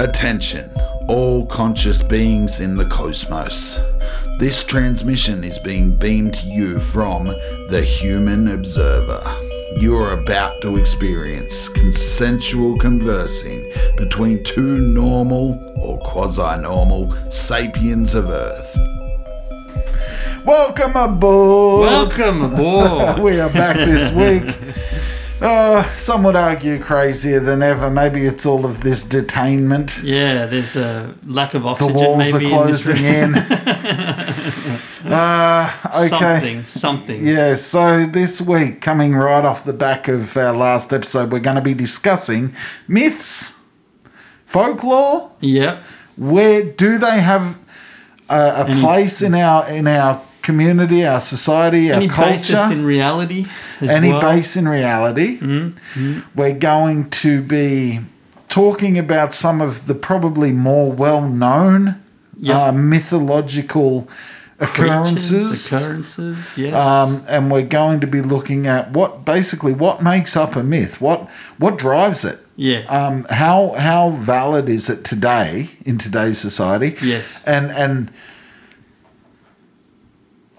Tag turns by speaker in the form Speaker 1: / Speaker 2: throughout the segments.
Speaker 1: Attention, all conscious beings in the cosmos. This transmission is being beamed to you from the Human Observer. You are about to experience consensual conversing between two normal or quasi normal sapiens of Earth. Welcome aboard!
Speaker 2: Welcome aboard.
Speaker 1: we are back this week. Uh, some would argue crazier than ever. Maybe it's all of this detainment.
Speaker 2: yeah, there's a lack of
Speaker 1: The
Speaker 2: oxygen.
Speaker 1: walls are
Speaker 2: maybe
Speaker 1: closing
Speaker 2: in.
Speaker 1: in. uh,
Speaker 2: This room.
Speaker 1: okay.
Speaker 2: Something, something.
Speaker 1: Yeah, so this week, coming right off the back of our last episode, we're going to be discussing myths, folklore.
Speaker 2: Yep.
Speaker 1: Where do they have a, a place in our in our community, our society, our
Speaker 2: Any
Speaker 1: culture?
Speaker 2: basis in reality? As
Speaker 1: any
Speaker 2: well? Mm-hmm.
Speaker 1: base in reality. We're going to be talking about some of the probably more well known
Speaker 2: Yep.
Speaker 1: uh, mythological
Speaker 2: Creatures,
Speaker 1: occurrences.
Speaker 2: Occurrences. Yes.
Speaker 1: Um, and we're going to be looking at what basically what makes up a myth, what what drives it,
Speaker 2: yeah.
Speaker 1: um, how how valid is it today in today's society?
Speaker 2: Yes.
Speaker 1: and and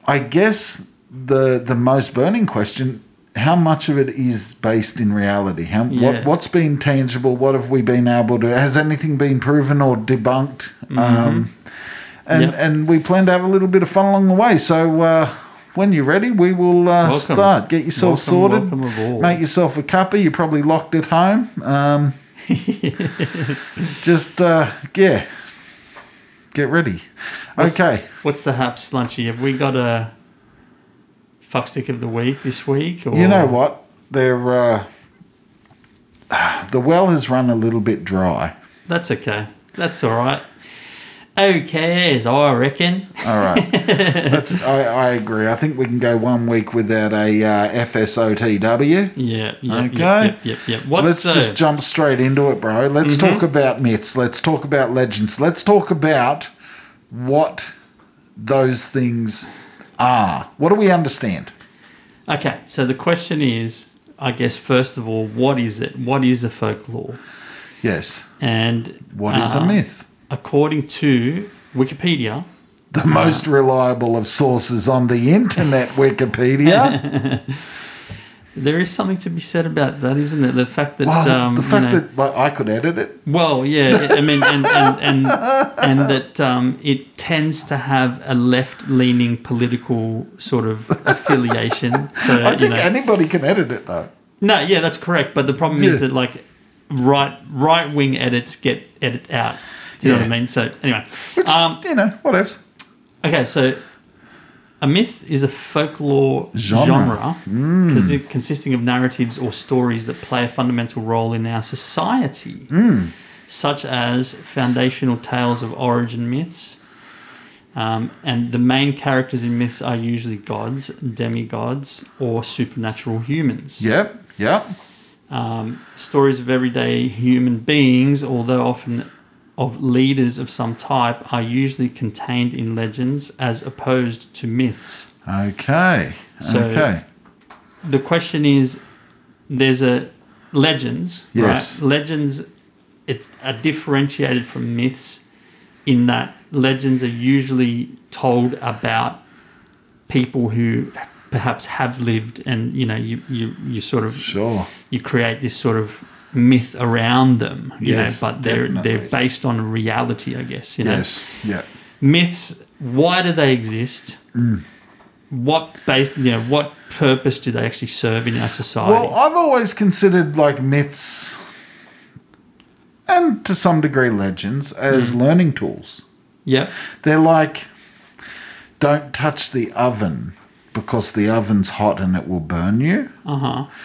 Speaker 1: I guess the the most burning question: how much of it is based in reality? How
Speaker 2: Yeah.
Speaker 1: what what's been tangible? What have we been able to? Has anything been proven or debunked? Um, and
Speaker 2: Mm-hmm. Yep.
Speaker 1: and we plan to have a little bit of fun along the way. So. Uh, when you're ready, we will uh,
Speaker 2: Welcome.
Speaker 1: start. Get yourself
Speaker 2: Welcome,
Speaker 1: sorted.
Speaker 2: welcome aboard.
Speaker 1: make yourself a cuppa. You're probably locked at home. Um, just uh yeah get ready
Speaker 2: What's-
Speaker 1: okay
Speaker 2: What's the haps lunchy? Have we got a fuckstick of the week this week? Or
Speaker 1: you know what they're uh the well has run a little bit dry
Speaker 2: That's okay. That's all right. Okay, as I reckon.
Speaker 1: all right that's I, I agree i think we can go one week without a uh, fsotw
Speaker 2: Yeah. Yep,
Speaker 1: Okay.
Speaker 2: Yep. Yep. Yep. yep. What's uh,
Speaker 1: let's
Speaker 2: the, Mm-hmm.
Speaker 1: just jump straight into it bro let's talk about myths let's talk about legends let's talk about what those things are what do we understand
Speaker 2: Okay, so the question is, I guess, first of all, what is it? What is a folklore?
Speaker 1: yes
Speaker 2: And
Speaker 1: what is a
Speaker 2: uh,
Speaker 1: myth
Speaker 2: According to Wikipedia, Uh-huh.
Speaker 1: the most reliable of sources on the internet, Wikipedia.
Speaker 2: there is something to be said about that, isn't it? The fact that,
Speaker 1: well,
Speaker 2: um,
Speaker 1: the
Speaker 2: you
Speaker 1: fact
Speaker 2: know-
Speaker 1: that like, I could edit it.
Speaker 2: well, yeah, I mean, and and and, and that um, it tends to have a left-leaning political sort of affiliation. So
Speaker 1: I
Speaker 2: you
Speaker 1: think
Speaker 2: know,
Speaker 1: anybody can edit it though.
Speaker 2: no, yeah, that's correct. But the problem is
Speaker 1: Yeah.
Speaker 2: that like right right-wing edits get edit out. Do you know
Speaker 1: Yeah.
Speaker 2: what I mean? So anyway,
Speaker 1: Which
Speaker 2: um,
Speaker 1: you know, whatever.
Speaker 2: Okay, so a myth is a folklore
Speaker 1: Genre.
Speaker 2: genre, consi- consisting of narratives or stories that play a fundamental role in our society, such as foundational tales of origin myths. Um, and the main characters in myths are usually gods, demigods, or supernatural humans.
Speaker 1: Yep, yep.
Speaker 2: Um, stories of everyday human beings, although often of leaders of some type, are usually contained in legends as opposed to myths.
Speaker 1: Okay,
Speaker 2: So-
Speaker 1: okay.
Speaker 2: The question is there's a legends,
Speaker 1: Yes.
Speaker 2: right? Legends it's are differentiated from myths in that legends are usually told about people who perhaps have lived and you know you, you, you sort of
Speaker 1: Sure.
Speaker 2: you create this sort of myth around them, you
Speaker 1: Yes,
Speaker 2: know, but they're
Speaker 1: definitely.
Speaker 2: they're based on reality, I guess, you know.
Speaker 1: Yes. Yep.
Speaker 2: Myths, why do they exist?
Speaker 1: Mm.
Speaker 2: What base, you know, what purpose do they actually serve in our society?
Speaker 1: Well, I've always considered like myths and to some degree legends as learning tools.
Speaker 2: yep.
Speaker 1: They're like, don't touch the oven because the oven's hot and it will burn you.
Speaker 2: Uh-huh.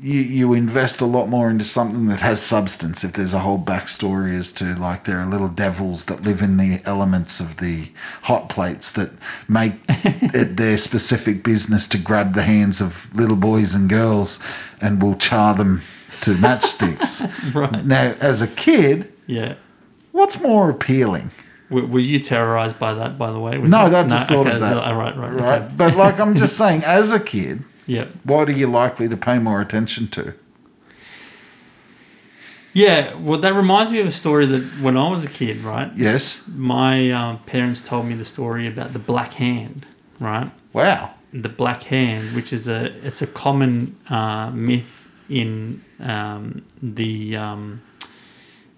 Speaker 1: you you invest a lot more into something that has substance if there's a whole backstory as to like there are little devils that live in the elements of the hot plates that make it their specific business to grab the hands of little boys and girls and will char them to matchsticks
Speaker 2: Right.
Speaker 1: now as a kid
Speaker 2: Yeah.
Speaker 1: what's more appealing
Speaker 2: Were, were you terrorized by that, by the way? Was
Speaker 1: No,
Speaker 2: it-
Speaker 1: that just thought
Speaker 2: okay,
Speaker 1: of
Speaker 2: so-
Speaker 1: that.
Speaker 2: oh, right, right,
Speaker 1: right
Speaker 2: Okay.
Speaker 1: but like i'm just saying as a kid
Speaker 2: Yep.
Speaker 1: what are you likely to pay more attention to
Speaker 2: Yeah, well, that reminds me of a story that when I was a kid, right?
Speaker 1: Yes.
Speaker 2: My um, parents told me the story about the Black Hand, right?
Speaker 1: Wow.
Speaker 2: The Black Hand, which is a it's a common uh, myth in um, the um,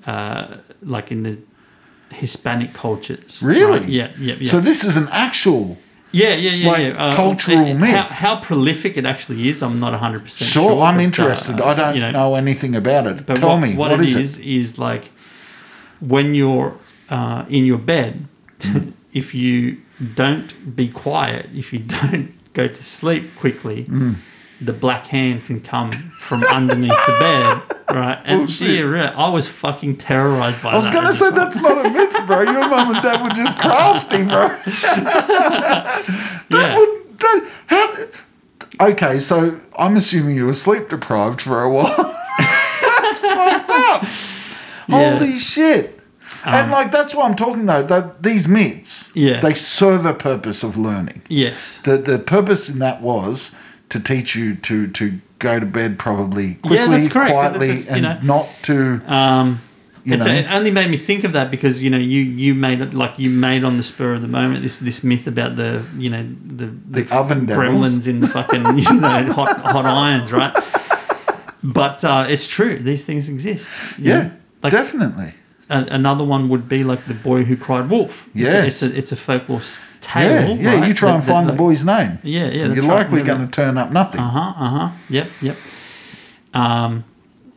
Speaker 2: uh, like in the Hispanic cultures. right?
Speaker 1: Really?
Speaker 2: Yeah, yeah, yeah.
Speaker 1: So this is an actual.
Speaker 2: yeah, yeah, yeah.
Speaker 1: like,
Speaker 2: yeah. Uh,
Speaker 1: cultural
Speaker 2: it- it-
Speaker 1: myth.
Speaker 2: How, how prolific it actually is, I'm not 100%
Speaker 1: Sure,
Speaker 2: sure.
Speaker 1: I'm
Speaker 2: but, uh,
Speaker 1: interested. I don't
Speaker 2: you
Speaker 1: know, anything about it.
Speaker 2: But
Speaker 1: Tell
Speaker 2: what,
Speaker 1: me,
Speaker 2: what,
Speaker 1: what
Speaker 2: it
Speaker 1: is,
Speaker 2: is is like when you're uh, in your bed, if you don't be quiet, if you don't go to sleep quickly,
Speaker 1: Mm.
Speaker 2: the black hand can come from underneath the bed, right? And
Speaker 1: Bullshit.
Speaker 2: yeah, really, I was fucking terrorized by
Speaker 1: Oh, I was
Speaker 2: that.
Speaker 1: going to
Speaker 2: It's
Speaker 1: say
Speaker 2: like-
Speaker 1: that's not a myth, bro. Your mum and dad were just crafty, bro.
Speaker 2: yeah.
Speaker 1: Would- that- how- okay, so I'm assuming you were sleep deprived for a while. that's fucked up.
Speaker 2: Yeah. Um,
Speaker 1: Holy shit. and like that's what I'm talking though. That these myths,
Speaker 2: Yeah.
Speaker 1: they serve a purpose of learning.
Speaker 2: Yes.
Speaker 1: The the purpose in that was to teach you to to go to bed probably quickly,
Speaker 2: Yeah, that's correct.
Speaker 1: quietly,
Speaker 2: That's- you
Speaker 1: and
Speaker 2: know.
Speaker 1: not to
Speaker 2: Um,
Speaker 1: You
Speaker 2: it's,
Speaker 1: know?
Speaker 2: it only made me think of that because you know you you made it like you made on the spur of the moment this this myth about the you know the
Speaker 1: The oven
Speaker 2: gremlins
Speaker 1: devils.
Speaker 2: in the fucking you know hot hot irons right. But uh, it's true; these things exist. you
Speaker 1: yeah,
Speaker 2: know? like
Speaker 1: definitely.
Speaker 2: a, another one would be like the boy who cried wolf.
Speaker 1: Yes.
Speaker 2: it's a, it's a, it's a folklore s-
Speaker 1: Yeah,
Speaker 2: tale.
Speaker 1: yeah.
Speaker 2: right,
Speaker 1: You try
Speaker 2: that-
Speaker 1: and
Speaker 2: that,
Speaker 1: find
Speaker 2: like-
Speaker 1: the boy's name.
Speaker 2: Yeah, yeah,
Speaker 1: You're
Speaker 2: that's right,
Speaker 1: likely
Speaker 2: remember
Speaker 1: going to turn up nothing.
Speaker 2: Uh huh. Uh huh. Yep. Yep. Um,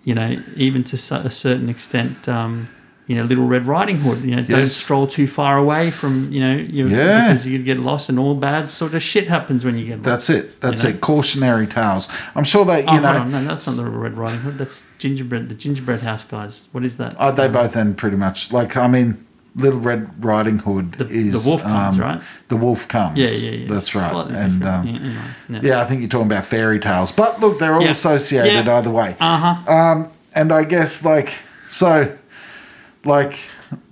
Speaker 2: you know, even to su- a certain extent, um, you know, Little Red Riding Hood. You know, don't
Speaker 1: Yes.
Speaker 2: stroll too far away from you know, you
Speaker 1: Yeah.
Speaker 2: because you could get lost, and all bad sort of shit happens when you get lost.
Speaker 1: That's it. That's
Speaker 2: know?
Speaker 1: it. Cautionary tales. I'm sure that you
Speaker 2: Oh,
Speaker 1: know.
Speaker 2: hold on, no, that's not Little Red Riding Hood. That's Gingerbread, the Gingerbread House guys. What is that?
Speaker 1: uh, they both end pretty much like I mean, Little Red Riding Hood
Speaker 2: The- the
Speaker 1: is um,
Speaker 2: wolf comes, right?
Speaker 1: The wolf comes.
Speaker 2: yeah, yeah, yeah.
Speaker 1: That's right.
Speaker 2: Slightly
Speaker 1: and
Speaker 2: different.
Speaker 1: um,
Speaker 2: yeah,
Speaker 1: yeah,
Speaker 2: anyway, yeah.
Speaker 1: I think you're talking about fairy tales, but look, they're all
Speaker 2: Yeah.
Speaker 1: associated
Speaker 2: Yeah.
Speaker 1: either way.
Speaker 2: Uh huh.
Speaker 1: Um, and I guess like so, like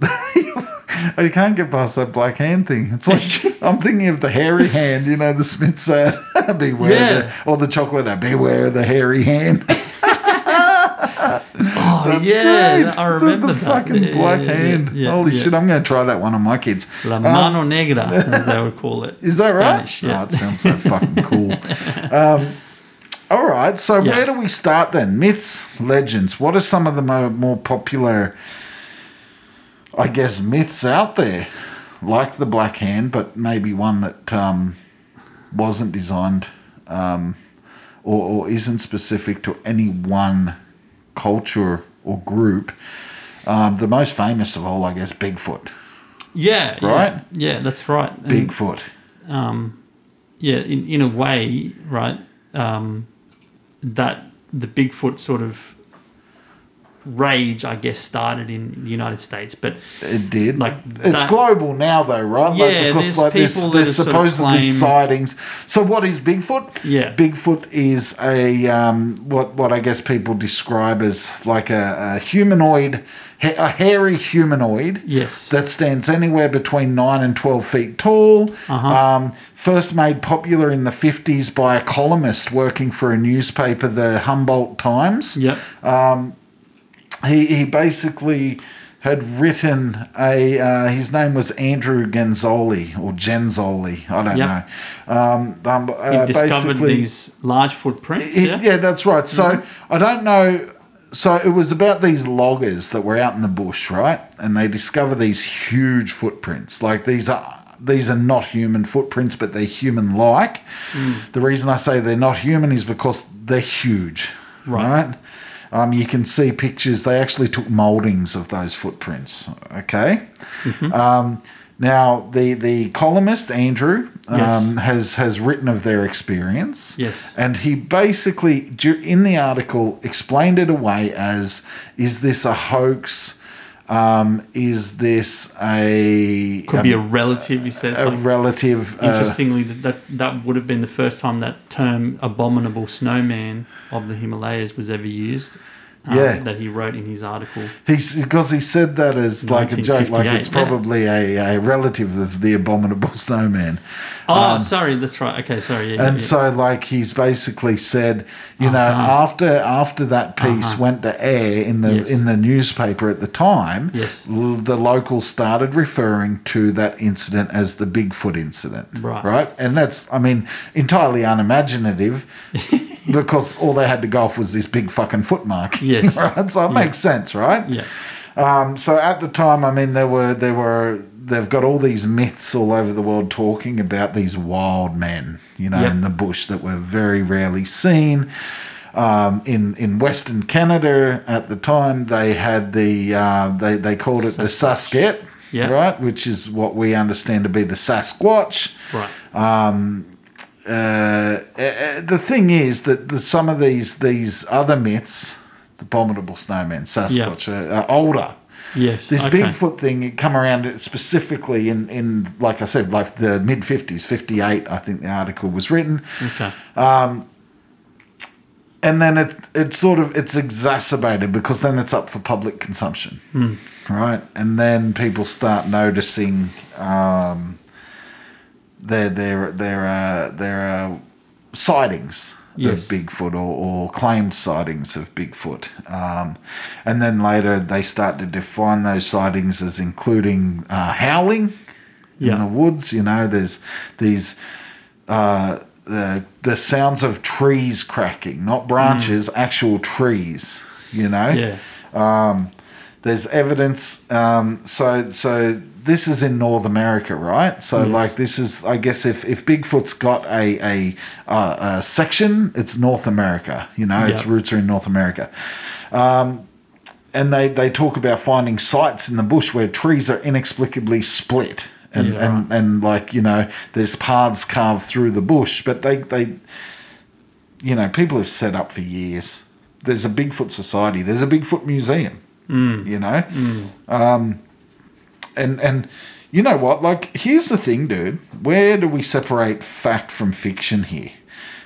Speaker 1: you can't get past that black hand thing. It's like I'm thinking of the hairy hand. You know, the Smiths ad. beware,
Speaker 2: Yeah.
Speaker 1: the, or the chocolate ad. Beware the hairy hand.
Speaker 2: Oh
Speaker 1: That's
Speaker 2: yeah,
Speaker 1: great.
Speaker 2: I
Speaker 1: The-
Speaker 2: remember
Speaker 1: the,
Speaker 2: that.
Speaker 1: fucking
Speaker 2: Yeah,
Speaker 1: black
Speaker 2: yeah, yeah,
Speaker 1: hand.
Speaker 2: yeah,
Speaker 1: Holy
Speaker 2: yeah.
Speaker 1: shit! I'm going to try that one on my kids.
Speaker 2: La
Speaker 1: Um,
Speaker 2: mano negra, as they would call it.
Speaker 1: Is that right?
Speaker 2: Spanish, yeah.
Speaker 1: Oh, it sounds so fucking cool. Um, all right, so
Speaker 2: Yeah.
Speaker 1: where do we start then? Myths, legends. What are some of the mo- more popular, I guess, myths out there? Like the Black Hand, but maybe one that um, wasn't designed um, or, or isn't specific to any one culture or group. Um, the most famous of all, I guess, Bigfoot.
Speaker 2: Yeah. yeah,
Speaker 1: Right?
Speaker 2: Yeah, that's right. And,
Speaker 1: Bigfoot.
Speaker 2: um, yeah, in, in a way, right, um, that the Bigfoot sort of rage, I guess, started in the United States. But
Speaker 1: It did.
Speaker 2: Like
Speaker 1: it's
Speaker 2: that-
Speaker 1: global now, though, right?
Speaker 2: Yeah,
Speaker 1: like, because
Speaker 2: there's
Speaker 1: like there's,
Speaker 2: people that
Speaker 1: there's
Speaker 2: have sort of
Speaker 1: supposedly
Speaker 2: claimed-
Speaker 1: sightings. So what is Bigfoot?
Speaker 2: Yeah.
Speaker 1: Bigfoot is a um, what what I guess people describe as like a, a humanoid, ha- a hairy humanoid.
Speaker 2: Yes.
Speaker 1: That stands anywhere between nine and twelve feet tall.
Speaker 2: Uh-huh.
Speaker 1: Um, first made popular in the fifties by a columnist working for a newspaper, the Humboldt Times
Speaker 2: yep,
Speaker 1: he he basically had written a uh, his name was Andrew Genzoli or Genzoli I don't
Speaker 2: Yeah.
Speaker 1: know um, um
Speaker 2: he
Speaker 1: uh,
Speaker 2: discovered
Speaker 1: basically
Speaker 2: these large footprints.
Speaker 1: he-
Speaker 2: yeah?
Speaker 1: yeah. that's right so I don't know so it was about these loggers that were out in the bush right and they discover these huge footprints like these are these are not human footprints but they're human like the reason I say they're not human is because they're huge
Speaker 2: Right.
Speaker 1: right? Um, you can see pictures. They actually took moldings of those footprints. Okay. Um, now the the columnist Andrew um, has has written of their experience.
Speaker 2: Yes.
Speaker 1: And he basically du- in the article explained it away as is this a hoax? Um, is this a
Speaker 2: Could be a relative, he says.
Speaker 1: a
Speaker 2: like,
Speaker 1: relative? uh,
Speaker 2: Interestingly, that, that that would have been the first time that term "abominable snowman" of the Himalayas was ever used. um,
Speaker 1: Yeah.
Speaker 2: that he wrote in his article.
Speaker 1: He's because he said that as like a joke, like it's
Speaker 2: 1958,
Speaker 1: probably a, a relative of the abominable snowman.
Speaker 2: Oh, sorry, that's right. Okay, sorry. Yeah,
Speaker 1: Um, And
Speaker 2: yeah, Uh-huh.
Speaker 1: so, like, he's basically said, you know, after after that piece went to air in the
Speaker 2: Yes.
Speaker 1: in the newspaper at the time,
Speaker 2: Yes.
Speaker 1: l- the locals started referring to that incident as the Bigfoot incident,
Speaker 2: Right.
Speaker 1: Right, and that's, I mean, entirely unimaginative. Because all they had to go off was this big fucking footmark.
Speaker 2: Yes.
Speaker 1: Right? So it makes sense, right?
Speaker 2: yeah.
Speaker 1: Um, so at the time, I mean, there were there were they've got all these myths all over the world talking about these wild men, you know,
Speaker 2: Yep.
Speaker 1: in the bush that were very rarely seen. Um, in in Western Canada at the time, they had the uh, they they called it the Susquet,
Speaker 2: Yeah.
Speaker 1: right, which is what we understand to be the Sasquatch
Speaker 2: yeah. Right.
Speaker 1: uh, uh, the thing is that the, some of these these other myths, the abominable snowman, Sasquatch, are, are older.
Speaker 2: yes.
Speaker 1: This
Speaker 2: okay.
Speaker 1: Bigfoot thing it come around specifically in, in like I said, like the mid fifties, fifty eight. I think the article was written,
Speaker 2: Okay.
Speaker 1: and then it it sort of it's exacerbated because then it's up for public consumption,
Speaker 2: Hmm.
Speaker 1: right? And then people start noticing um, their their their uh, their uh, sightings
Speaker 2: Yes.
Speaker 1: of Bigfoot or, or claimed sightings of Bigfoot, um, and then later they start to define those sightings as including uh, howling in
Speaker 2: Yeah.
Speaker 1: the woods. You know, there's these uh, the the sounds of trees cracking, not branches, actual trees. You know,
Speaker 2: Mm. yeah.
Speaker 1: there's evidence. Um, so so this is in North America, right? So like this is, I guess, if if Bigfoot's got a a, uh a section, it's North America. You know, its
Speaker 2: Yeah.
Speaker 1: roots are in North America. and they, they talk about finding sites in the bush where trees are inexplicably split and,
Speaker 2: Yeah,
Speaker 1: and, and like you know there's paths carved through the bush but they, they you know people have set up for years there's a bigfoot society there's a bigfoot museum you know um, and and you know what like here's the thing dude where do we separate fact from fiction here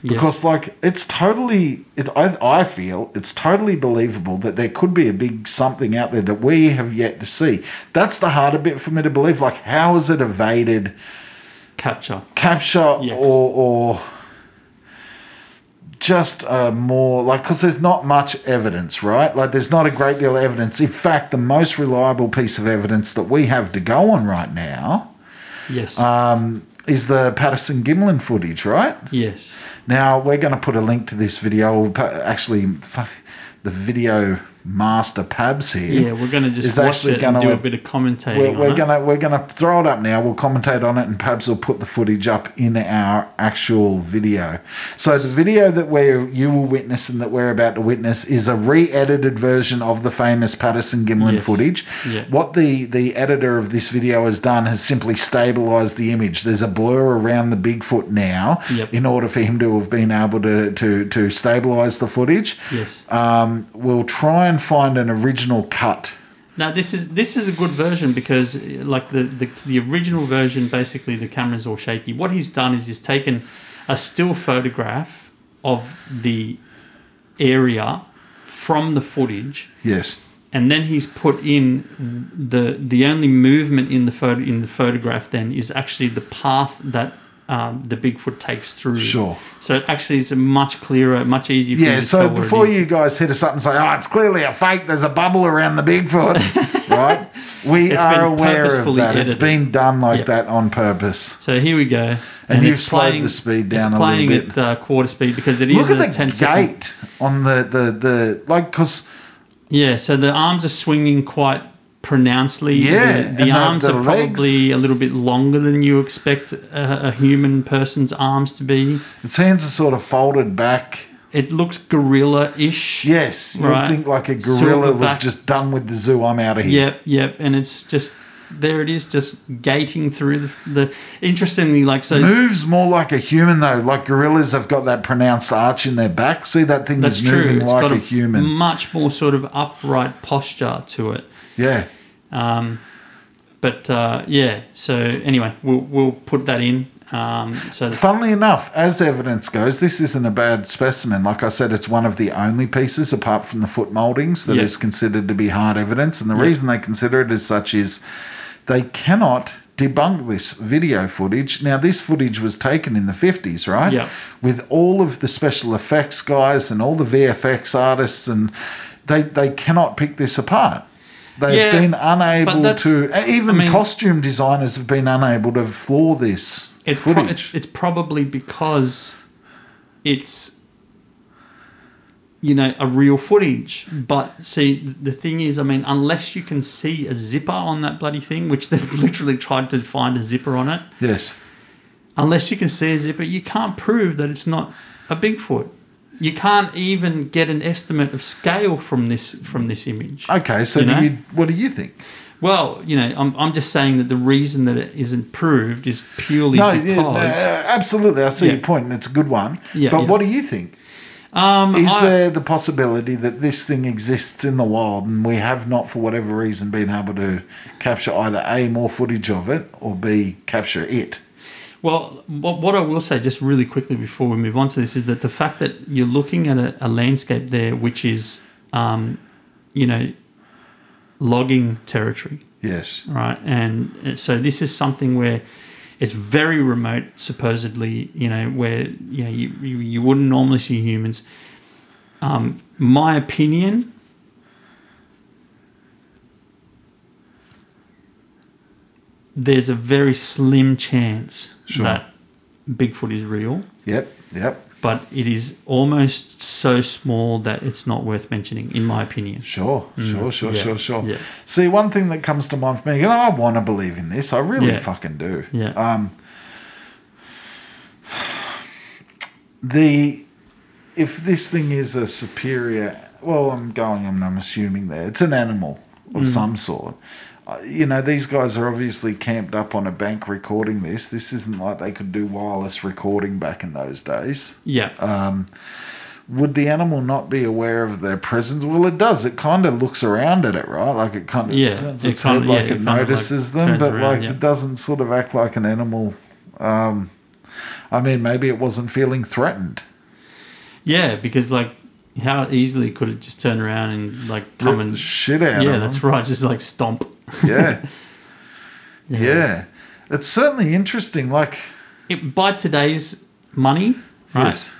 Speaker 2: Yes.
Speaker 1: because like it's totally it, I, I feel it's totally believable that there could be a big something out there that we have yet to see that's the harder bit for me to believe like how has it evaded
Speaker 2: Capture.
Speaker 1: capture
Speaker 2: Yes.
Speaker 1: or or just uh, more like because there's not much evidence right like there's not a great deal of evidence in fact the most reliable piece of evidence that we have to go on right now
Speaker 2: Yes.
Speaker 1: um, is the patterson gimlin footage right
Speaker 2: yes.
Speaker 1: now we're going to put a link to this video. We'll pa- Actually, fuck, the video master Pabs here.
Speaker 2: Yeah, we're going to just
Speaker 1: It's
Speaker 2: watch
Speaker 1: actually
Speaker 2: it and
Speaker 1: gonna-
Speaker 2: do a bit of commentating.
Speaker 1: We're, we're
Speaker 2: on it.
Speaker 1: gonna we're gonna throw it up now. We'll commentate on it, and Pabs will put the footage up in our actual video. So the video that we you will witness and that we're about to witness is a re-edited version of the famous Patterson Gimlin
Speaker 2: Yes.
Speaker 1: footage.
Speaker 2: Yeah.
Speaker 1: What the the editor of this video has done has simply stabilized the image. There's a blur around the Bigfoot now,
Speaker 2: Yep.
Speaker 1: in order for him to have been able to to to stabilize the footage.
Speaker 2: Yes.
Speaker 1: Um, we'll try and find an original cut.
Speaker 2: Now this is this is a good version because uh, like the, the the original version basically the camera's all shaky. What he's done is he's taken a still photograph of the area from the footage
Speaker 1: Yes.
Speaker 2: and then he's put in the the only movement in the photo in the photograph then is actually the path that um, the Bigfoot takes through.
Speaker 1: Sure.
Speaker 2: So actually it's a much clearer, much easier for you
Speaker 1: Yeah,
Speaker 2: to
Speaker 1: so
Speaker 2: tell where it
Speaker 1: before
Speaker 2: is.
Speaker 1: you guys hit us up and say, oh, it's clearly a fake, there's a bubble around the Bigfoot, right? We
Speaker 2: It's
Speaker 1: are
Speaker 2: been
Speaker 1: aware of
Speaker 2: purposefully
Speaker 1: that. It's
Speaker 2: edited.
Speaker 1: been done like
Speaker 2: Yeah.
Speaker 1: that on purpose.
Speaker 2: So here we go. And,
Speaker 1: you've
Speaker 2: it's
Speaker 1: slowed the speed down
Speaker 2: it's
Speaker 1: a little
Speaker 2: playing
Speaker 1: bit.
Speaker 2: at uh, quarter speed because it is
Speaker 1: Look at
Speaker 2: a
Speaker 1: the
Speaker 2: 10
Speaker 1: gate
Speaker 2: second-
Speaker 1: on the, the, the like, because,
Speaker 2: Yeah, so the arms are swinging quite pronouncedly.
Speaker 1: Yeah,
Speaker 2: The-
Speaker 1: and
Speaker 2: the,
Speaker 1: the-
Speaker 2: arms
Speaker 1: the
Speaker 2: are
Speaker 1: legs.
Speaker 2: probably a little bit longer than you expect a, a human person's arms to be.
Speaker 1: its hands are sort of folded back.
Speaker 2: It looks gorilla ish.
Speaker 1: Yes, you
Speaker 2: Right.
Speaker 1: would think like a gorilla was
Speaker 2: Silverback.
Speaker 1: just done with the zoo, I'm out of here.
Speaker 2: Yep, yep. And it's just, there it is, just gating through the. the interestingly, like, so.
Speaker 1: Moves more like a human though. Like gorillas have got that pronounced arch in their back. See that thing
Speaker 2: That's
Speaker 1: is
Speaker 2: true.
Speaker 1: moving
Speaker 2: It's
Speaker 1: like
Speaker 2: got
Speaker 1: a human.
Speaker 2: much more sort of upright posture to it.
Speaker 1: Yeah.
Speaker 2: Um, but uh, yeah, so anyway, we'll, we'll put that in. Um, so the
Speaker 1: Funnily enough, as evidence goes, this isn't a bad specimen. Like I said, it's one of the only pieces, apart from the foot mouldings, that is
Speaker 2: Yeah.
Speaker 1: considered to be hard evidence. And the reason they consider it as such is they cannot debunk this video footage. Now, this footage was taken in the 50s, right?
Speaker 2: Yeah.
Speaker 1: With all of the special effects guys and all the VFX artists, and they, they cannot pick this apart. They've
Speaker 2: Yeah,
Speaker 1: been unable
Speaker 2: that's-
Speaker 1: to, even
Speaker 2: I mean-
Speaker 1: costume designers have been unable to floor this
Speaker 2: it's, pro-
Speaker 1: footage.
Speaker 2: it's it's probably because it's you know a real footage but see th- the thing is i mean unless you can see a zipper on that bloody thing which they've literally tried to find a zipper on it
Speaker 1: Yes.
Speaker 2: unless you can see a zipper you can't prove that it's not a bigfoot you can't even get an estimate of scale from this from this image
Speaker 1: Okay. So,
Speaker 2: You know?
Speaker 1: do you, what do you think?
Speaker 2: well you know i'm, I'm just saying that the reason that it isn't proved is purely
Speaker 1: No,
Speaker 2: because
Speaker 1: yeah, no, absolutely. I see
Speaker 2: Yeah.
Speaker 1: your point, and it's a good one.
Speaker 2: Yeah,
Speaker 1: but
Speaker 2: yeah.
Speaker 1: what do you think?
Speaker 2: um,
Speaker 1: Is
Speaker 2: I-
Speaker 1: there the possibility that this thing exists in the wild, and we have not, for whatever reason, been able to capture either a more footage of it or b capture it?
Speaker 2: Well, what, what I will say, just really quickly before we move on to this, is that the fact that you're looking at a, a landscape there which is, um, you know, logging territory,
Speaker 1: Yes.
Speaker 2: right? And uh, so this is something where it's very remote, supposedly, you know, where you know you, you, you wouldn't normally see humans. Um, my opinion. There's a very slim chance
Speaker 1: Sure.
Speaker 2: that Bigfoot is real,
Speaker 1: Yep. Yep.
Speaker 2: but it is almost so small that it's not worth mentioning, in my opinion.
Speaker 1: Sure, sure, sure,
Speaker 2: Mm. yeah,
Speaker 1: sure, sure.
Speaker 2: yeah.
Speaker 1: See, one thing that comes to mind for me, you know, I want to believe in this. I really
Speaker 2: Yeah.
Speaker 1: fucking do.
Speaker 2: Yeah.
Speaker 1: Um, the if this thing is a superior, well, I'm going, I'm, I'm assuming there it's an animal
Speaker 2: Mm.
Speaker 1: of some sort. Uh, You know, these guys are obviously camped up on a bank recording this. This isn't like they could do wireless recording back in those days
Speaker 2: Yeah.
Speaker 1: would the animal not be aware of their presence? Well, it does. It kind of looks around at it, right? Like it kind of
Speaker 2: Yeah,
Speaker 1: turns
Speaker 2: it
Speaker 1: its head
Speaker 2: kinda- yeah,
Speaker 1: like
Speaker 2: it
Speaker 1: it,
Speaker 2: kinda, like,
Speaker 1: notices them,
Speaker 2: turns
Speaker 1: but
Speaker 2: around,
Speaker 1: like
Speaker 2: yeah.
Speaker 1: it doesn't sort of act like an animal. Um, I mean, maybe it wasn't feeling threatened.
Speaker 2: yeah, because, like, how easily could it just turn around and, like, come
Speaker 1: Rip the
Speaker 2: and
Speaker 1: shit out
Speaker 2: yeah,
Speaker 1: of
Speaker 2: that's
Speaker 1: them.
Speaker 2: right. Just like stomp.
Speaker 1: Yeah. yeah, It's certainly interesting. Like,
Speaker 2: It, by today's money, right?
Speaker 1: yes,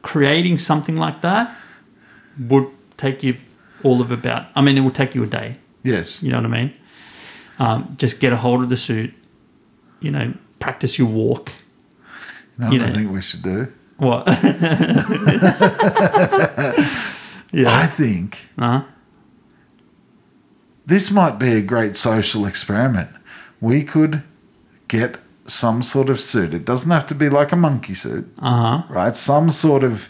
Speaker 2: Creating something like that would take you all of about. I mean, it will take you a day.
Speaker 1: yes,
Speaker 2: You know what I mean? Um, just get a hold of the suit. You know, practice your walk.
Speaker 1: no, I
Speaker 2: you
Speaker 1: don't
Speaker 2: know.
Speaker 1: think we should do.
Speaker 2: What?
Speaker 1: I
Speaker 2: yeah.
Speaker 1: think
Speaker 2: Uh-huh.
Speaker 1: this might be a great social experiment. We could get some sort of suit. It doesn't have to be like a monkey suit,
Speaker 2: Uh huh.
Speaker 1: right? Some sort of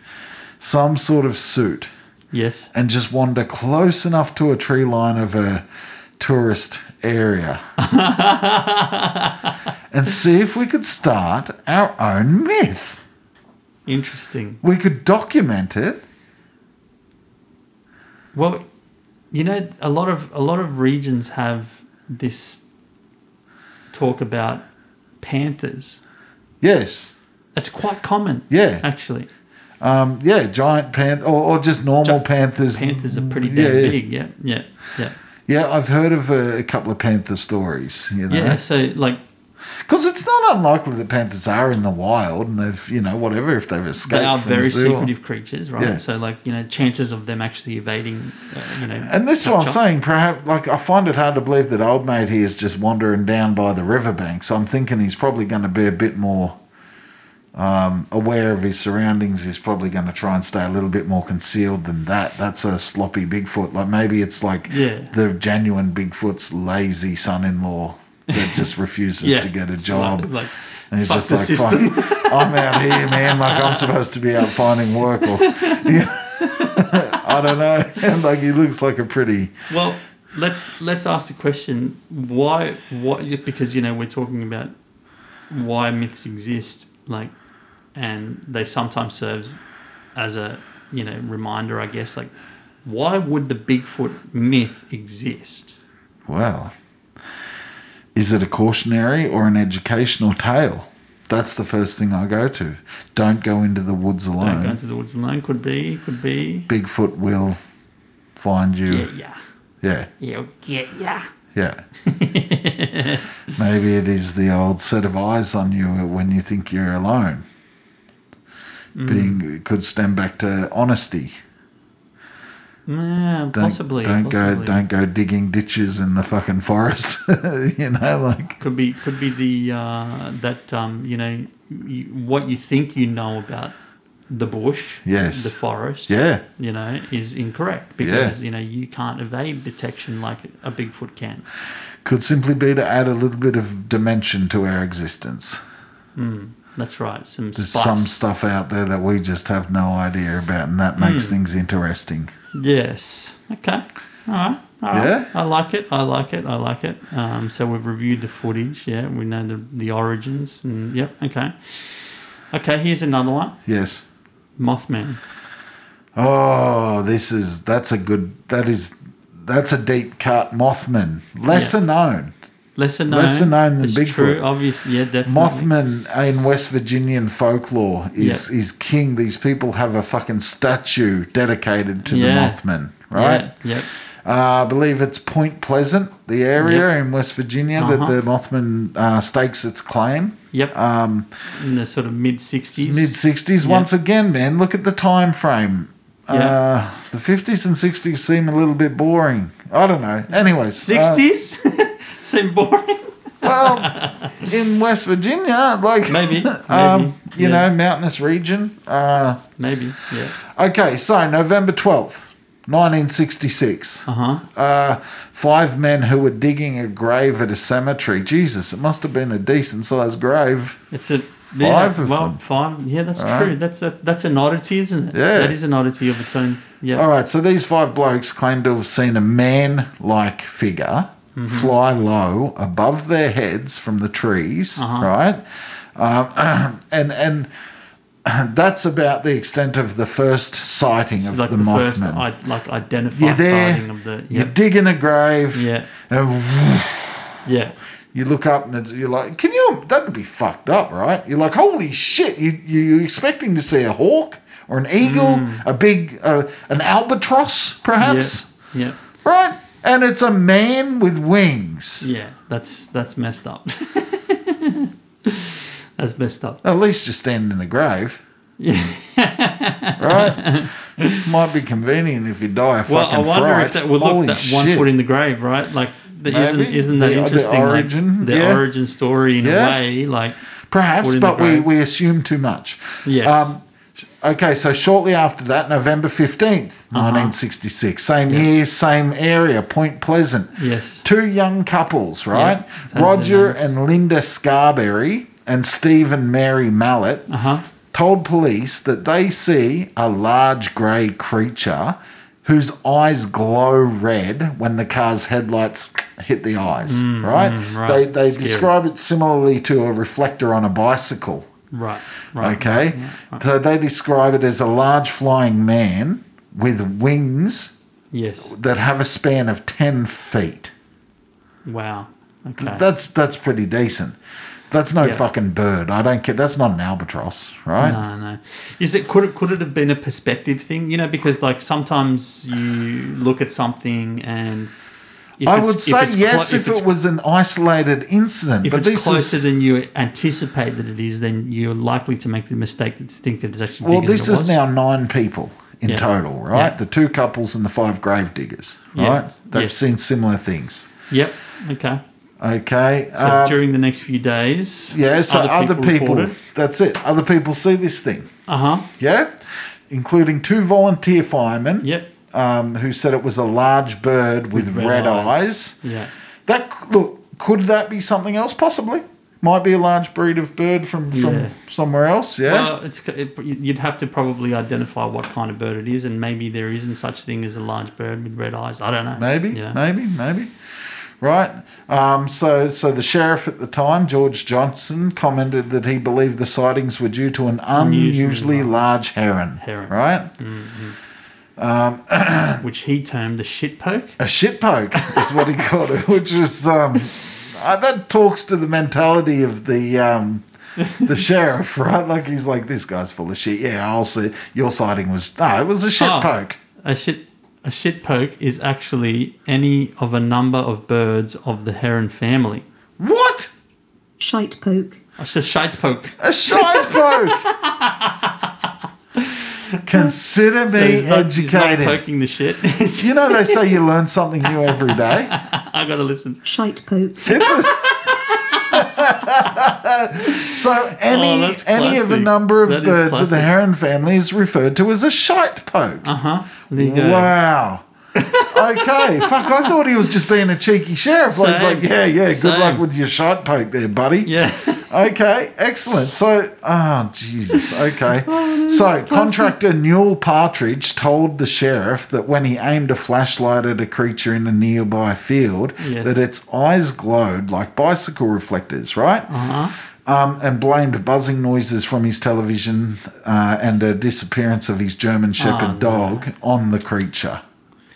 Speaker 1: some sort of suit
Speaker 2: Yes.
Speaker 1: and just wander close enough to a tree line of a tourist area. and see if we could start our own myth.
Speaker 2: Interesting.
Speaker 1: We could document it.
Speaker 2: Well, you know, a lot of a lot of regions have this talk about panthers.
Speaker 1: Yes.
Speaker 2: That's quite common.
Speaker 1: Yeah.
Speaker 2: Actually,
Speaker 1: Um, yeah, giant panther or, or just normal
Speaker 2: Gi-
Speaker 1: panthers.
Speaker 2: panthers are pretty damn
Speaker 1: Yeah, yeah. Uh-huh.
Speaker 2: big. Yeah, yeah, yeah,
Speaker 1: Yeah, I've heard of a, a couple of Panther stories, you
Speaker 2: yeah.
Speaker 1: know.
Speaker 2: So like
Speaker 1: Because it's not unlikely that Panthers are in the wild and they've, you know, whatever, if they've escaped
Speaker 2: they are
Speaker 1: from
Speaker 2: very
Speaker 1: the zoo. or-
Speaker 2: secretive creatures, right?
Speaker 1: Yeah.
Speaker 2: So like you know, chances of them actually evading, uh, you know.
Speaker 1: And this is what I'm
Speaker 2: capture-
Speaker 1: saying, perhaps, like, I find it hard to believe that old mate here is just wandering down by the riverbank. So I'm thinking he's probably going to be a bit more um, aware of his surroundings. He's probably going to try and stay a little bit more concealed than that. That's a sloppy Bigfoot. Like, maybe it's like
Speaker 2: Yeah.
Speaker 1: the genuine Bigfoot's lazy son in law that just refuses to get a
Speaker 2: it's
Speaker 1: job.
Speaker 2: Like, like
Speaker 1: And he's
Speaker 2: fuck
Speaker 1: just
Speaker 2: the
Speaker 1: like, fuck,
Speaker 2: system.
Speaker 1: I'm out here, man. Like, I'm supposed to be out finding work or. I don't know. like, he looks like a pretty.
Speaker 2: Well, let's let's ask the question: Why? What? Because you know we're talking about why myths exist, like, and they sometimes serve as a you know reminder, I guess. Like, why would the Bigfoot myth exist?
Speaker 1: Well. Is it a cautionary or an educational tale? That's the first thing I go to. Don't go into the woods
Speaker 2: Don't
Speaker 1: alone.
Speaker 2: go into the woods alone. Could be, could be.
Speaker 1: Bigfoot will find
Speaker 2: Yeah,
Speaker 1: you.
Speaker 2: yeah.
Speaker 1: Yeah,
Speaker 2: Yeah, yeah, yeah.
Speaker 1: yeah. Maybe it is the old set of eyes on you when you think you're alone.
Speaker 2: Mm.
Speaker 1: Being it could stem back to honesty.
Speaker 2: Yeah,
Speaker 1: Don't,
Speaker 2: possibly.
Speaker 1: don't go
Speaker 2: possibly.
Speaker 1: don't go digging ditches in the fucking forest. you know, like
Speaker 2: Could be, could be the uh, that um, you know you, what you think you know about the bush,
Speaker 1: Yes.
Speaker 2: the forest,
Speaker 1: yeah,
Speaker 2: you know, is incorrect because you know you can't evade detection like a Bigfoot can.
Speaker 1: could simply be to add a little bit of dimension to our existence.
Speaker 2: That's right. Some
Speaker 1: There's
Speaker 2: spice.
Speaker 1: some stuff out there that we just have no idea about, and that makes
Speaker 2: Mm.
Speaker 1: things interesting.
Speaker 2: Yes. Okay. All right. All right.
Speaker 1: Yeah?
Speaker 2: I like it. I like it. I like it. Um, so we've reviewed the footage. Yeah, we know the the origins. And yep. Okay. Okay. Here's another one.
Speaker 1: Yes.
Speaker 2: Mothman.
Speaker 1: Oh, this is that's a good that is that's a deep cut Mothman. Lesser known.
Speaker 2: Lesser known.
Speaker 1: Lesser known than
Speaker 2: It's
Speaker 1: Bigfoot.
Speaker 2: True. Obviously. Yeah. Definitely.
Speaker 1: Mothman in West Virginian folklore is
Speaker 2: Yeah.
Speaker 1: is king. These people have a fucking statue dedicated to
Speaker 2: Yeah.
Speaker 1: the Mothman, right?
Speaker 2: Yeah. Yep.
Speaker 1: Uh, I believe it's Point Pleasant, the area in West Virginia that
Speaker 2: Uh-huh.
Speaker 1: the Mothman uh, stakes its claim.
Speaker 2: Yep.
Speaker 1: Um,
Speaker 2: In the sort of mid '60s.
Speaker 1: Mid sixties once again, man. Look at the time frame.
Speaker 2: Yeah.
Speaker 1: Uh, the fifties and sixties seem a little bit boring. I don't know. Anyways, uh,
Speaker 2: '60s. Seem boring.
Speaker 1: well, in West Virginia, like
Speaker 2: Maybe,
Speaker 1: um,
Speaker 2: maybe,
Speaker 1: you
Speaker 2: yeah.
Speaker 1: know, mountainous region. Uh,
Speaker 2: Maybe. Yeah.
Speaker 1: okay, so November twelfth, nineteen sixty six.
Speaker 2: Uh huh.
Speaker 1: Uh, five men who were digging a grave at a cemetery. Jesus, it must have been a decent sized grave.
Speaker 2: It's a
Speaker 1: Five of
Speaker 2: well,
Speaker 1: them.
Speaker 2: Five. Yeah, that's
Speaker 1: All
Speaker 2: true.
Speaker 1: right.
Speaker 2: That's a that's an oddity, isn't it?
Speaker 1: Yeah. Oh,
Speaker 2: That is an oddity of its own. Yeah.
Speaker 1: All right, so these five blokes claim to have seen a man like figure
Speaker 2: Mm-hmm.
Speaker 1: fly low above their heads from the trees,
Speaker 2: Uh-huh.
Speaker 1: right? Um, and and that's about the extent of the first sighting
Speaker 2: It's
Speaker 1: of
Speaker 2: like
Speaker 1: the,
Speaker 2: the, first
Speaker 1: Mothman.
Speaker 2: I, like
Speaker 1: You're
Speaker 2: identified
Speaker 1: there,
Speaker 2: sighting of the
Speaker 1: you're
Speaker 2: yeah
Speaker 1: digging a grave,
Speaker 2: Yeah.
Speaker 1: and
Speaker 2: yeah
Speaker 1: you look up and it's, you're like, can you, that'd be fucked up, right? You're like, holy shit, you, you, you're expecting to see a hawk or an eagle, a big, uh, an albatross,
Speaker 2: Mm. yeah
Speaker 1: perhaps?
Speaker 2: yeah
Speaker 1: right? And it's a man with wings.
Speaker 2: yeah. That's that's messed up. that's messed up.
Speaker 1: At least you stand in the grave,
Speaker 2: Yeah.
Speaker 1: right? Might be convenient if you die of
Speaker 2: Well, I
Speaker 1: fucking
Speaker 2: wonder
Speaker 1: fright.
Speaker 2: if that would look
Speaker 1: Holy
Speaker 2: that
Speaker 1: shit.
Speaker 2: one foot in the grave, right? Like. the- Isn't,
Speaker 1: Maybe.
Speaker 2: isn't that
Speaker 1: The- the
Speaker 2: interesting? like,
Speaker 1: origin,
Speaker 2: the
Speaker 1: yeah.
Speaker 2: origin story in
Speaker 1: Yeah.
Speaker 2: a way, like
Speaker 1: Perhaps,
Speaker 2: foot in the
Speaker 1: but we,
Speaker 2: grave.
Speaker 1: we assume too much.
Speaker 2: Yes.
Speaker 1: sh- okay, so shortly after that, November 15th,
Speaker 2: Uh-huh.
Speaker 1: 1966, same year, same area, Point Pleasant.
Speaker 2: yes,
Speaker 1: Two young couples, right?
Speaker 2: those are the
Speaker 1: Roger
Speaker 2: names.
Speaker 1: and Linda Scarberry and Steve and Mary Mallet
Speaker 2: uh huh,
Speaker 1: told police that they see a large grey creature whose eyes glow red when the car's headlights hit the eyes. right?
Speaker 2: Mm, right.
Speaker 1: They, they
Speaker 2: Scary.
Speaker 1: describe it similarly to a reflector on a bicycle.
Speaker 2: right, right,
Speaker 1: Okay. So they describe it as a large flying man with wings
Speaker 2: yes,
Speaker 1: that have a span of 10 feet.
Speaker 2: wow, okay,
Speaker 1: That's that's pretty decent. That's no
Speaker 2: Yeah.
Speaker 1: fucking bird. I don't care. That's not an albatross, right?
Speaker 2: No, no. Is it could it could it have been a perspective thing? You know, because like sometimes you look at something and if
Speaker 1: I
Speaker 2: it's-
Speaker 1: would
Speaker 2: if
Speaker 1: say
Speaker 2: it's clo-
Speaker 1: yes if,
Speaker 2: it's,
Speaker 1: it was an isolated incident,
Speaker 2: if
Speaker 1: but
Speaker 2: it's
Speaker 1: this
Speaker 2: closer
Speaker 1: is
Speaker 2: than you anticipate that it is, then you're likely to make the mistake to think that it's actually.
Speaker 1: well,
Speaker 2: bigger
Speaker 1: this
Speaker 2: than
Speaker 1: is
Speaker 2: it was.
Speaker 1: now nine people in
Speaker 2: Yeah.
Speaker 1: total, right?
Speaker 2: Yeah.
Speaker 1: The two couples and the five grave diggers,
Speaker 2: Yeah.
Speaker 1: right? They've
Speaker 2: Yes.
Speaker 1: seen similar things.
Speaker 2: Yep. Okay.
Speaker 1: Okay.
Speaker 2: So
Speaker 1: um,
Speaker 2: during the next few days.
Speaker 1: yeah. So other people.
Speaker 2: reported.
Speaker 1: that's it. Other people see this thing.
Speaker 2: Uh huh.
Speaker 1: Yeah. Including two volunteer firemen.
Speaker 2: Yep.
Speaker 1: Um, who said it was a large bird with,
Speaker 2: red
Speaker 1: red,
Speaker 2: eyes.
Speaker 1: eyes.
Speaker 2: Yeah.
Speaker 1: That c- look could that be something else? Possibly. Might be a large breed of bird from, from
Speaker 2: Yeah.
Speaker 1: somewhere else. Yeah.
Speaker 2: Well, it's, it, you'd have to probably identify what kind of bird it is, and maybe there isn't such thing as a large bird with red eyes. I don't know.
Speaker 1: Maybe,
Speaker 2: You know?
Speaker 1: maybe, maybe. Right. Um, so, so the sheriff at the time, George Johnson, commented that he believed the sightings were due to an unusually large heron.
Speaker 2: Heron.
Speaker 1: Right.
Speaker 2: which he termed the shit poke.
Speaker 1: A shit poke is what he called it, which is um, uh, that talks to the mentality of the um, the sheriff, right? Like he's like, this guy's full of shit. Yeah, I'll see. Your sighting was no, it was a shit
Speaker 2: Oh.
Speaker 1: poke.
Speaker 2: A shit a shit poke is actually any of a number of birds of the heron family.
Speaker 1: What?
Speaker 3: Shite poke.
Speaker 2: It's a shite poke.
Speaker 1: A shite poke. Consider me
Speaker 2: So he's not, he's not
Speaker 1: educated.
Speaker 2: poking the shit.
Speaker 1: Do you know they say you learn something new every day?
Speaker 2: I gotta listen.
Speaker 3: Shite poke.
Speaker 1: So any
Speaker 2: Oh, that's
Speaker 1: any of the
Speaker 2: classic.
Speaker 1: number of
Speaker 2: That is
Speaker 1: birds of the
Speaker 2: classic.
Speaker 1: heron family is referred to as a shite poke.
Speaker 2: Uh huh. There you go.
Speaker 1: Wow. okay, fuck. I thought he was just being a cheeky sheriff. I was
Speaker 2: Same.
Speaker 1: like, yeah, yeah, good
Speaker 2: Same.
Speaker 1: luck with your shite poke there, buddy.
Speaker 2: Yeah.
Speaker 1: Okay, excellent. So, oh, Jesus. Okay. so, contractor Newell Partridge told the sheriff that when he aimed a flashlight at a creature in a nearby field,
Speaker 2: Yes.
Speaker 1: that its eyes glowed like bicycle reflectors, right? Um, and blamed buzzing noises from his television uh, and the disappearance of his German Shepherd dog on the creature.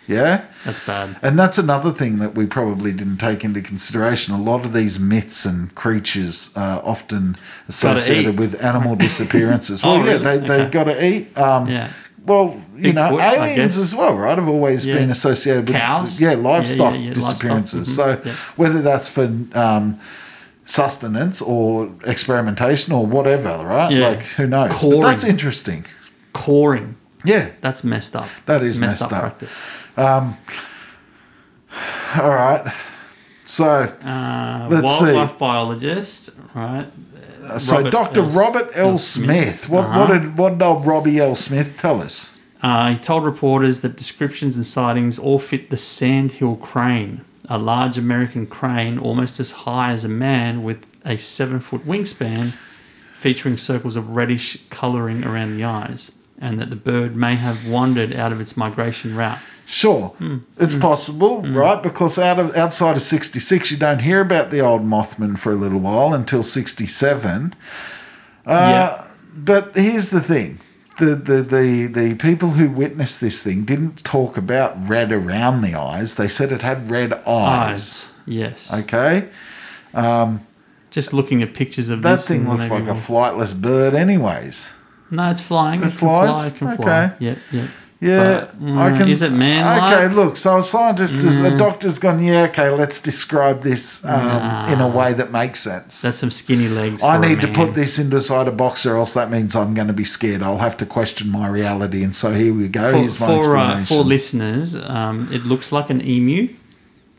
Speaker 1: Yeah?
Speaker 2: That's bad.
Speaker 1: And that's another thing that we probably didn't take into consideration. A lot of these myths and creatures are often associated
Speaker 2: eat.
Speaker 1: with animal disappearances.
Speaker 2: Oh,
Speaker 1: well, yeah,
Speaker 2: really?
Speaker 1: they, they've
Speaker 2: Okay.
Speaker 1: got to eat. Um,
Speaker 2: Yeah.
Speaker 1: Well, you
Speaker 2: Big
Speaker 1: know,
Speaker 2: foot, I
Speaker 1: aliens
Speaker 2: guess.
Speaker 1: as well, right? Have always
Speaker 2: Yeah.
Speaker 1: been associated with
Speaker 2: Cows?
Speaker 1: yeah,
Speaker 2: Yeah, yeah,
Speaker 1: livestock
Speaker 2: yeah, livestock.
Speaker 1: disappearances.
Speaker 2: Mhm.
Speaker 1: So
Speaker 2: Yeah.
Speaker 1: whether that's for um, sustenance or experimentation or whatever, right?
Speaker 2: Yeah.
Speaker 1: Like who knows?
Speaker 2: Coring.
Speaker 1: But that's interesting.
Speaker 2: Coring.
Speaker 1: Yeah.
Speaker 2: That's messed up.
Speaker 1: That is messed up.
Speaker 2: practice.
Speaker 1: All right. So
Speaker 2: Uh,
Speaker 1: Let's see.
Speaker 2: wildlife biologist, right?
Speaker 1: So
Speaker 2: Robert
Speaker 1: Dr.
Speaker 2: L. Uh-huh.
Speaker 1: Robert L. Smith, what what did what did old Robbie L. Smith tell us?
Speaker 2: Uh, he told reporters that descriptions and sightings all fit the sandhill crane, a large American crane almost as high as a man with a seven foot wingspan, featuring circles of reddish colouring around the eyes, and that the bird may have wandered out of its migration route.
Speaker 1: Sure,
Speaker 2: Hmm.
Speaker 1: it's possible, right? Because out of outside of sixty six, you don't hear about the old Mothman for a little while until sixty seven. Uh,
Speaker 2: yeah.
Speaker 1: But here's the thing: the the the the people who witnessed this thing didn't talk about red around the eyes. They said it had red eyes.
Speaker 2: Eyes. Yes.
Speaker 1: Okay,
Speaker 2: Just looking at pictures of
Speaker 1: that
Speaker 2: this
Speaker 1: thing
Speaker 2: and
Speaker 1: looks
Speaker 2: maybe
Speaker 1: like a
Speaker 2: we'll-
Speaker 1: flightless bird, anyways.
Speaker 2: No, it's flying. It,
Speaker 1: It
Speaker 2: can fly.
Speaker 1: flies?
Speaker 2: It can fly.
Speaker 1: Okay.
Speaker 2: Yep, yep.
Speaker 1: Yeah,
Speaker 2: But, mm, is it man-like? Mm.
Speaker 1: Okay, look. So a scientist is a doctor's gone. Yeah, okay. Let's describe this um, in a way that makes sense.
Speaker 2: That's some skinny legs.
Speaker 1: I
Speaker 2: for a
Speaker 1: need to
Speaker 2: man.
Speaker 1: put this inside a box, or else that means I'm going to be scared. I'll have to question my reality. And so here we go.
Speaker 2: for,
Speaker 1: Here's my
Speaker 2: for, uh,
Speaker 1: explanation.
Speaker 2: for listeners, um, it looks like an emu,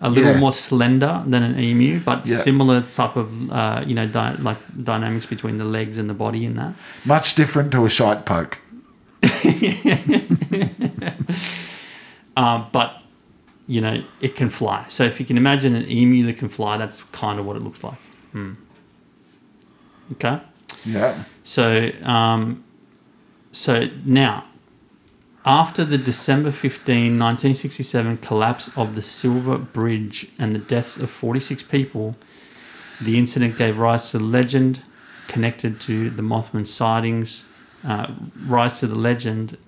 Speaker 2: a little
Speaker 1: Yeah.
Speaker 2: more slender than an emu, but
Speaker 1: Yeah.
Speaker 2: similar type of uh, you know di- like dynamics between the legs and the body in that.
Speaker 1: Much different to a shite poke.
Speaker 2: Um, but you know it can fly. So if you can imagine an emu that can fly, that's kind of what it looks like. Hmm. Okay.
Speaker 1: Yeah.
Speaker 2: So, um, so now, after the December 15, 1967 collapse of the Silver Bridge and the deaths of 46 people, the incident gave rise to legend connected to the Mothman sightings, uh, rise to the legend.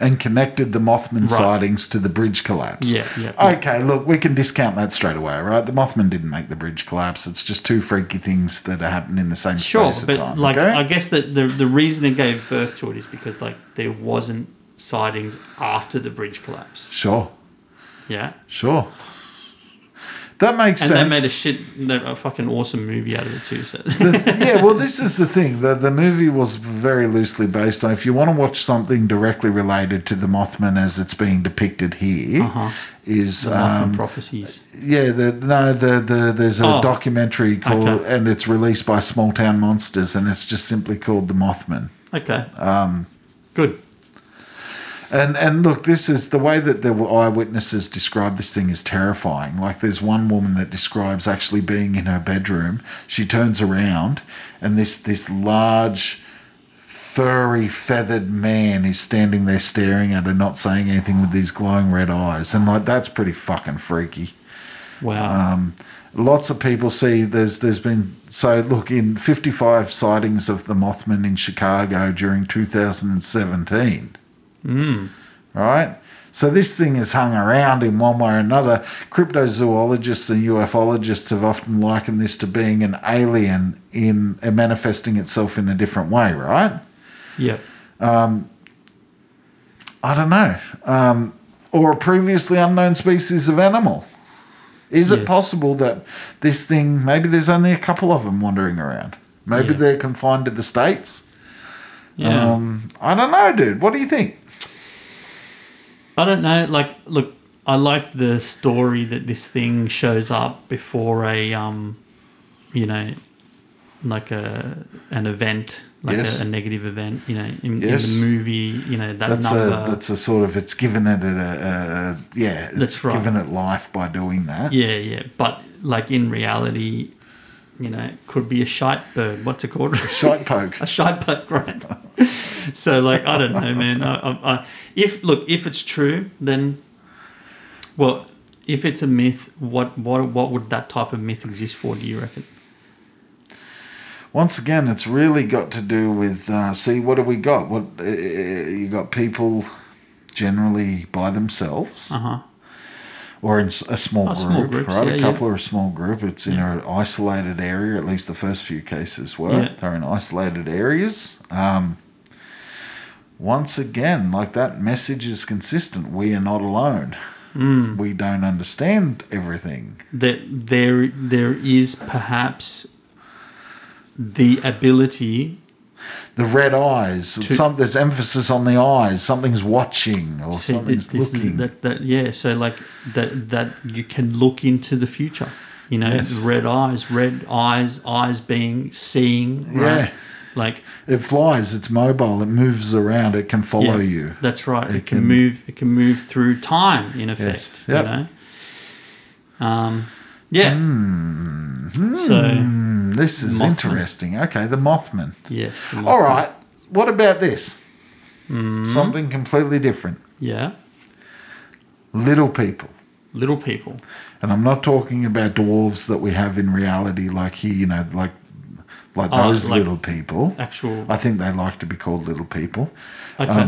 Speaker 1: And connected the Mothman
Speaker 2: Right.
Speaker 1: sightings to the bridge collapse.
Speaker 2: Yeah, yeah, yeah.
Speaker 1: Okay, look, we can discount that straight away, right? The Mothman didn't make the bridge collapse. It's just two freaky things that are happening in the same
Speaker 2: Sure,
Speaker 1: space
Speaker 2: but
Speaker 1: of time.
Speaker 2: like
Speaker 1: okay?
Speaker 2: I guess that the the reason it gave birth to it is because like there wasn't sightings after the bridge collapse.
Speaker 1: sure.
Speaker 2: Yeah.
Speaker 1: Sure. That makes
Speaker 2: And
Speaker 1: sense.
Speaker 2: they made a shit, a fucking awesome movie out of it too. So.
Speaker 1: yeah, well, this is the thing. The, the movie was very loosely based on. If you want to watch something directly related to the Mothman as it's being depicted here, is
Speaker 2: Uh-huh. Mothman
Speaker 1: um,
Speaker 2: prophecies.
Speaker 1: yeah, the, no, the, the there's a
Speaker 2: Oh.
Speaker 1: documentary called,
Speaker 2: Okay.
Speaker 1: and it's released by Small Town Monsters, and it's just simply called The Mothman.
Speaker 2: Okay. Um, Good.
Speaker 1: And and look, this is the way that the eyewitnesses describe this thing is terrifying. Like there's one woman that describes actually being in her bedroom. She turns around, and this this large, furry, feathered man is standing there staring at her, not saying anything, with these glowing red eyes. And like that's pretty fucking freaky
Speaker 2: Wow.
Speaker 1: um, lots of people see there's there's been so look in 55 sightings of the mothman in chicago during 2017 right So this thing has hung around in one way or another. Cryptozoologists and ufologists have often likened this to being an alien in uh, manifesting itself in a different way, right?
Speaker 2: Yep.
Speaker 1: I don't know. Um, or a previously unknown species of animal. Is it
Speaker 2: Yeah.
Speaker 1: possible that this thing, maybe there's only a couple of them wandering around? Maybe
Speaker 2: Yeah.
Speaker 1: they're confined to the States?
Speaker 2: Yeah.
Speaker 1: Um, I don't know, dude. What do you think?
Speaker 2: I don't know. Like, look, I like the story that this thing shows up before a, um, you know, like a an event, like
Speaker 1: Yes.
Speaker 2: a, a negative event. You know, in,
Speaker 1: Yes.
Speaker 2: in the movie, you know that
Speaker 1: That's
Speaker 2: number.
Speaker 1: a that's a sort of it's given it a, a, a yeah it's
Speaker 2: That's right.
Speaker 1: given it life by doing that.
Speaker 2: yeah, yeah. But like in reality, you know, it could be a shite bird. What's it called?
Speaker 1: Shite poke.
Speaker 2: a shite putt grind. so like I don't know, man. I, I, I, if look, if it's true, then well, if it's a myth, what what what would that type of myth exist for? Do you reckon?
Speaker 1: Once again, it's really got to do with uh, see what do we got? What uh, you got? People generally by themselves.
Speaker 2: Uh huh.
Speaker 1: or in s- a small
Speaker 2: Oh,
Speaker 1: group,
Speaker 2: small groups,
Speaker 1: right?
Speaker 2: yeah,
Speaker 1: a
Speaker 2: yeah.
Speaker 1: couple or a small group. It's in an isolated area. At least the first few cases were.
Speaker 2: Yeah.
Speaker 1: They're in isolated areas. Um, once again, like that message is consistent. We are not alone.
Speaker 2: Hmm.
Speaker 1: We don't understand everything.
Speaker 2: That there there is perhaps the ability
Speaker 1: The red eyes. some, there's emphasis on the eyes. Something's watching or
Speaker 2: So
Speaker 1: something's
Speaker 2: this- this-
Speaker 1: looking.
Speaker 2: That, that, yeah, so like that that you can look into the future. You know,
Speaker 1: Yes.
Speaker 2: red eyes, red eyes, eyes being seeing. Right?
Speaker 1: Yeah.
Speaker 2: Like
Speaker 1: it flies. It's mobile. It moves around. It can follow
Speaker 2: yeah,
Speaker 1: you.
Speaker 2: That's right. It,
Speaker 1: It
Speaker 2: can,
Speaker 1: can-
Speaker 2: move. It can move through time, in effect.
Speaker 1: Yep.
Speaker 2: You know. Um. Yeah.
Speaker 1: Mm-hmm.
Speaker 2: So
Speaker 1: Hmm, this is
Speaker 2: Mothman.
Speaker 1: interesting. Okay, the Mothman.
Speaker 2: yes. the
Speaker 1: All
Speaker 2: Mothman.
Speaker 1: right. What about this? Something completely different.
Speaker 2: Yeah.
Speaker 1: Little people.
Speaker 2: Little people.
Speaker 1: And I'm not talking about dwarves that we have in reality, like here, you know, like like
Speaker 2: Oh,
Speaker 1: those
Speaker 2: like
Speaker 1: little people.
Speaker 2: actual-
Speaker 1: I think they like to be called little people.
Speaker 2: Okay.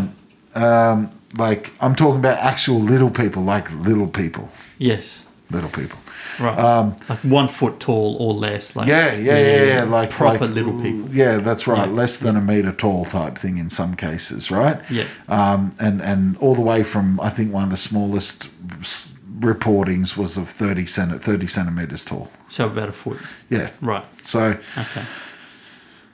Speaker 1: Um, Like I'm talking about actual little people, like little people,
Speaker 2: yes.
Speaker 1: little people.
Speaker 2: Right. like one foot tall or less. Like
Speaker 1: um, Yeah, yeah, yeah, yeah. Like
Speaker 2: proper
Speaker 1: like-
Speaker 2: little people.
Speaker 1: Yeah, that's right.
Speaker 2: Yeah.
Speaker 1: Less than a meter tall type thing in some cases, right?
Speaker 2: Yeah.
Speaker 1: Um, and and all the way from I think one of the smallest s- reportings was of thirty cent thirty centimeters tall.
Speaker 2: So about a foot.
Speaker 1: Yeah.
Speaker 2: Right.
Speaker 1: So
Speaker 2: Okay.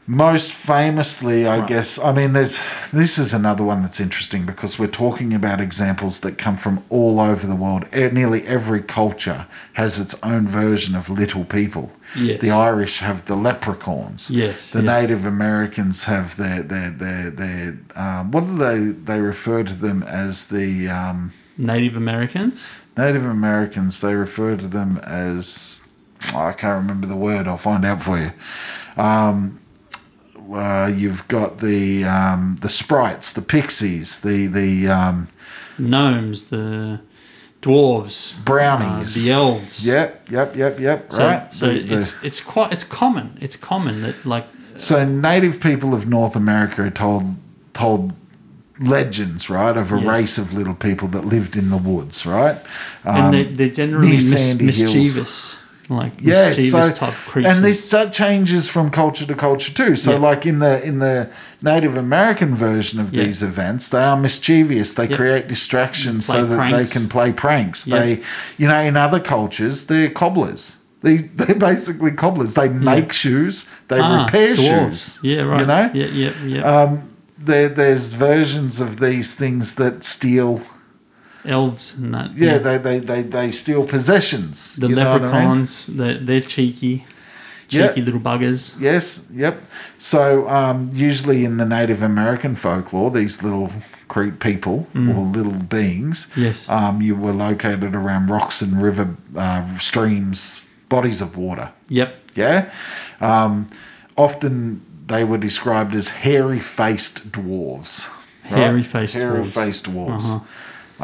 Speaker 1: most famously, I
Speaker 2: Right.
Speaker 1: guess, I mean, there's this is another one that's interesting because we're talking about examples that come from all over the world. Eh, Nearly every culture has its own version of little people.
Speaker 2: Yes.
Speaker 1: The Irish have the leprechauns.
Speaker 2: Yes,
Speaker 1: The
Speaker 2: yes.
Speaker 1: Native Americans have their their their their. Um, what do they they refer to them as the um,
Speaker 2: Native Americans.
Speaker 1: Native Americans? They refer to them as I can't remember the word. I'll find out for you. Um, Uh, you've got the um, the sprites, the pixies, the the um,
Speaker 2: gnomes, the dwarves,
Speaker 1: Brownies.
Speaker 2: uh, the elves.
Speaker 1: yep, yep, yep, yep.
Speaker 2: So,
Speaker 1: right.
Speaker 2: so
Speaker 1: The- the-
Speaker 2: it's it's quite it's common. It's common that like
Speaker 1: so native people of North America are told told legends, right, of a
Speaker 2: Yes.
Speaker 1: race of little people that lived in the woods, right?
Speaker 2: and they they're generally
Speaker 1: near
Speaker 2: mis-
Speaker 1: Um, sandy hills.
Speaker 2: mischievous, like
Speaker 1: yeah, so
Speaker 2: mischievous type creatures.
Speaker 1: and this that changes from culture to culture too. So,
Speaker 2: Yeah.
Speaker 1: like in the in the Native American version of
Speaker 2: Yeah.
Speaker 1: these events, they are mischievous. They
Speaker 2: Yeah.
Speaker 1: create distractions
Speaker 2: Play
Speaker 1: so that
Speaker 2: pranks.
Speaker 1: they can play pranks.
Speaker 2: Yeah.
Speaker 1: They, you know, in other cultures, they're cobblers. They they're basically cobblers. They make shoes. They
Speaker 2: Ah,
Speaker 1: repair
Speaker 2: dwarves.
Speaker 1: shoes.
Speaker 2: Yeah, right.
Speaker 1: You know, Um,
Speaker 2: Yeah, yeah, yeah.
Speaker 1: there there's versions of these things that steal.
Speaker 2: elves and that.
Speaker 1: Yeah, They, they they they steal possessions.
Speaker 2: the
Speaker 1: you know what I mean?
Speaker 2: leprechauns. They're, they're cheeky,
Speaker 1: Yeah.
Speaker 2: cheeky little buggers.
Speaker 1: Yes, yep. So um, usually in the Native American folklore, these little creep people or little beings,
Speaker 2: Yes.
Speaker 1: um, you were located around rocks and river uh, streams, bodies of water.
Speaker 2: Yep.
Speaker 1: Yeah, um, often they were described as hairy-faced dwarves. right?
Speaker 2: Hairy-faced dwarves.
Speaker 1: Hairy-faced dwarves.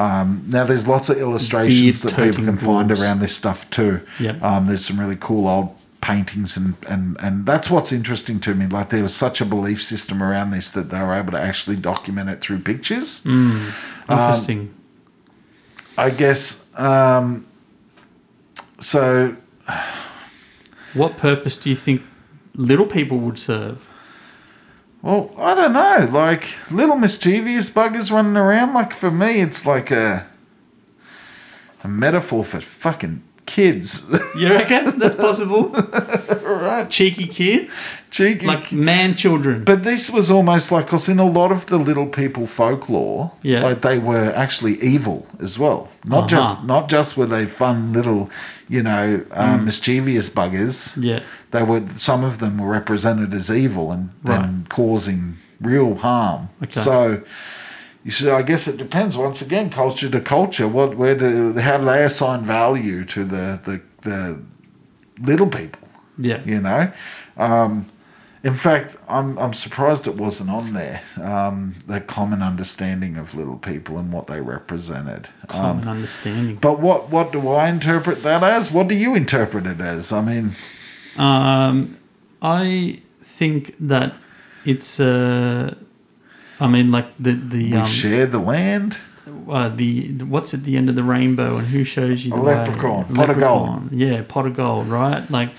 Speaker 1: Um, now there's lots of illustrations that people
Speaker 2: Beard-toting
Speaker 1: can find
Speaker 2: dwarves.
Speaker 1: around this stuff too.
Speaker 2: Yep.
Speaker 1: Um, there's some really cool old paintings and, and and that's what's interesting to me. Like there was such a belief system
Speaker 2: Mm.
Speaker 1: around this that they were able to actually document it through pictures.
Speaker 2: Interesting.
Speaker 1: I guess. Um, so
Speaker 2: What purpose do you think little people would serve?
Speaker 1: Well, I don't know. Like little mischievous buggers running around. Like for me, it's like a a metaphor for fucking kids,
Speaker 2: You reckon that's possible?
Speaker 1: right?
Speaker 2: Cheeky kids,
Speaker 1: Cheeky.
Speaker 2: like man children.
Speaker 1: but this was almost like, cause in a lot of the little people folklore,
Speaker 2: Yeah.
Speaker 1: like they were actually evil as well. Not just
Speaker 2: Uh-huh. Mm.
Speaker 1: not just were they fun little, you know, uh, mischievous buggers.
Speaker 2: Yeah.
Speaker 1: They were. Some of them were represented as evil and, and causing real harm.
Speaker 2: Okay.
Speaker 1: So. You see, I guess it depends once again, culture to culture. What, where do, how do they assign value to the the, the little people?
Speaker 2: Yeah.
Speaker 1: You know, um, in fact, I'm I'm surprised it wasn't on there. Um, the common understanding of little people and what they represented. Um,
Speaker 2: Common understanding.
Speaker 1: but what what do I interpret that as? What do you interpret it as? I mean,
Speaker 2: Um, I think that it's. Uh, I mean, like the the
Speaker 1: we
Speaker 2: um,
Speaker 1: share the land.
Speaker 2: uh, the the- what's at the end of the rainbow and who shows you the
Speaker 1: A
Speaker 2: way?
Speaker 1: leprechaun, pot of gold.
Speaker 2: Leprechaun, Yeah, pot of gold, right? Like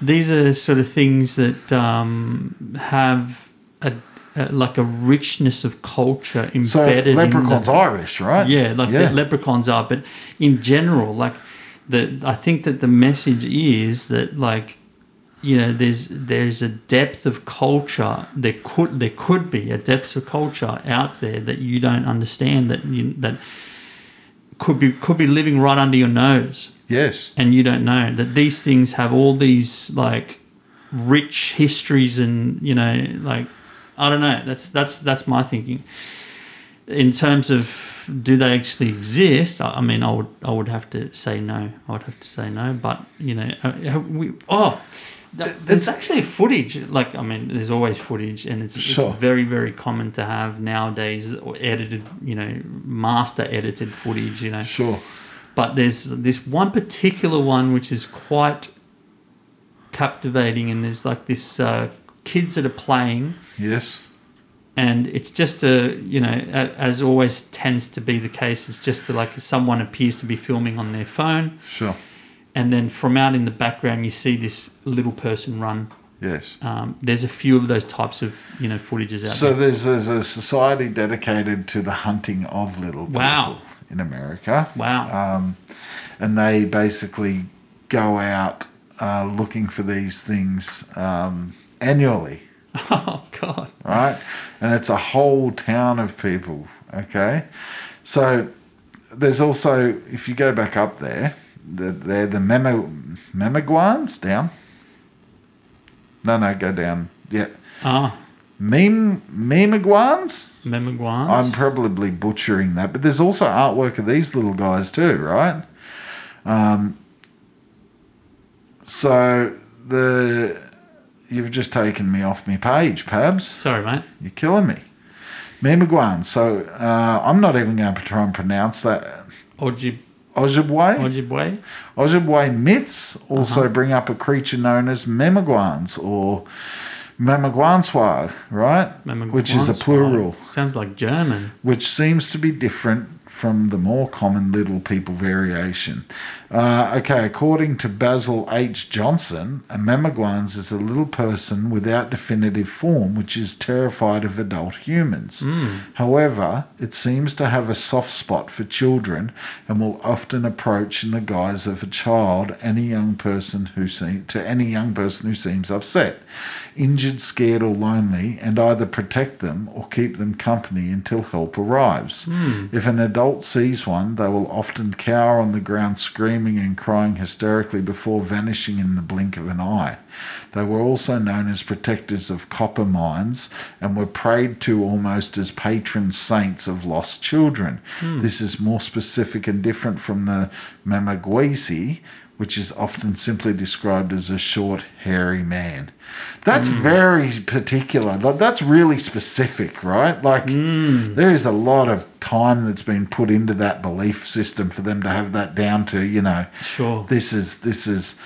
Speaker 2: these are sort of things that um, have a, a like a richness of culture embedded.
Speaker 1: So
Speaker 2: in
Speaker 1: leprechauns
Speaker 2: the-
Speaker 1: Irish, right?
Speaker 2: yeah, like the leprechauns are, but in general, like the I think that the message is that like you know there's there's a depth of culture there could there could be a depth of culture out there that you don't understand that you that could be could be living right under your nose
Speaker 1: yes.
Speaker 2: and you don't know that these things have all these like rich histories and you know like i don't know that's that's that's my thinking in terms of do they actually exist i, I mean i would i would have to say no i would have to say no but you know uh, we oh th- there's actually footage like i mean there's always footage and it's,
Speaker 1: Sure.
Speaker 2: it's very very common to have nowadays or edited you know master edited footage you know
Speaker 1: Sure.
Speaker 2: but there's this one particular one which is quite captivating, and there's like this uh, kids that are playing,
Speaker 1: Yes.
Speaker 2: and it's just a you know a, as always tends to be the case, it's just a, like someone appears to be filming on their phone,
Speaker 1: Sure.
Speaker 2: and then from out in the background you see this little person run.
Speaker 1: Yes.
Speaker 2: Um, there's a few of those types of you know footages out
Speaker 1: So
Speaker 2: there.
Speaker 1: there's, there's a society dedicated to the hunting of little people
Speaker 2: Wow.
Speaker 1: in America.
Speaker 2: Wow.
Speaker 1: Um, and they basically go out uh, looking for these things um, annually,
Speaker 2: Oh god.
Speaker 1: right? And it's a whole town of people, okay? So there's also, if you go back up there, the, they're the Memo- Memeguans down. No, no, go down. Yeah.
Speaker 2: Ah,
Speaker 1: Meme, Memeguans?
Speaker 2: Memeguans.
Speaker 1: I'm probably butchering that, but there's also artwork of these little guys too, right? Um, so the you've just taken me off my page, Pabs.
Speaker 2: Sorry, mate.
Speaker 1: You're killing me. Memaguan. So uh, I'm not even going to try and pronounce that.
Speaker 2: Ojib-
Speaker 1: Ojibwe.
Speaker 2: Ojibwe.
Speaker 1: Ojibwe myths also bring up a creature known as Memaguans or Memaguanswa, right? Which is a
Speaker 2: Memeguans.
Speaker 1: plural
Speaker 2: Oh, Sounds like German.
Speaker 1: which seems to be different from the more common little people variation. Uh, okay, according to Basil H. Johnson, a mamaguans is a little person without definitive form which is terrified of adult humans. However, it seems to have a soft spot for children and will often approach in the guise of a child any young person who seem, to any young person who seems upset, injured, scared or lonely and either protect them or keep them company until help arrives. If an adult sees one, they will often cower on the ground screaming and crying hysterically before vanishing in the blink of an eye. They were also known as protectors of copper mines and were prayed to almost as patron saints of lost children. This is more specific and different from the Mamagwezi, which is often simply described as a short, hairy man. That's very particular. Like, That's really specific, right? Like, there is a lot of time that's been put into that belief system for them to have that down to, you know,
Speaker 2: Sure.
Speaker 1: this is, this is,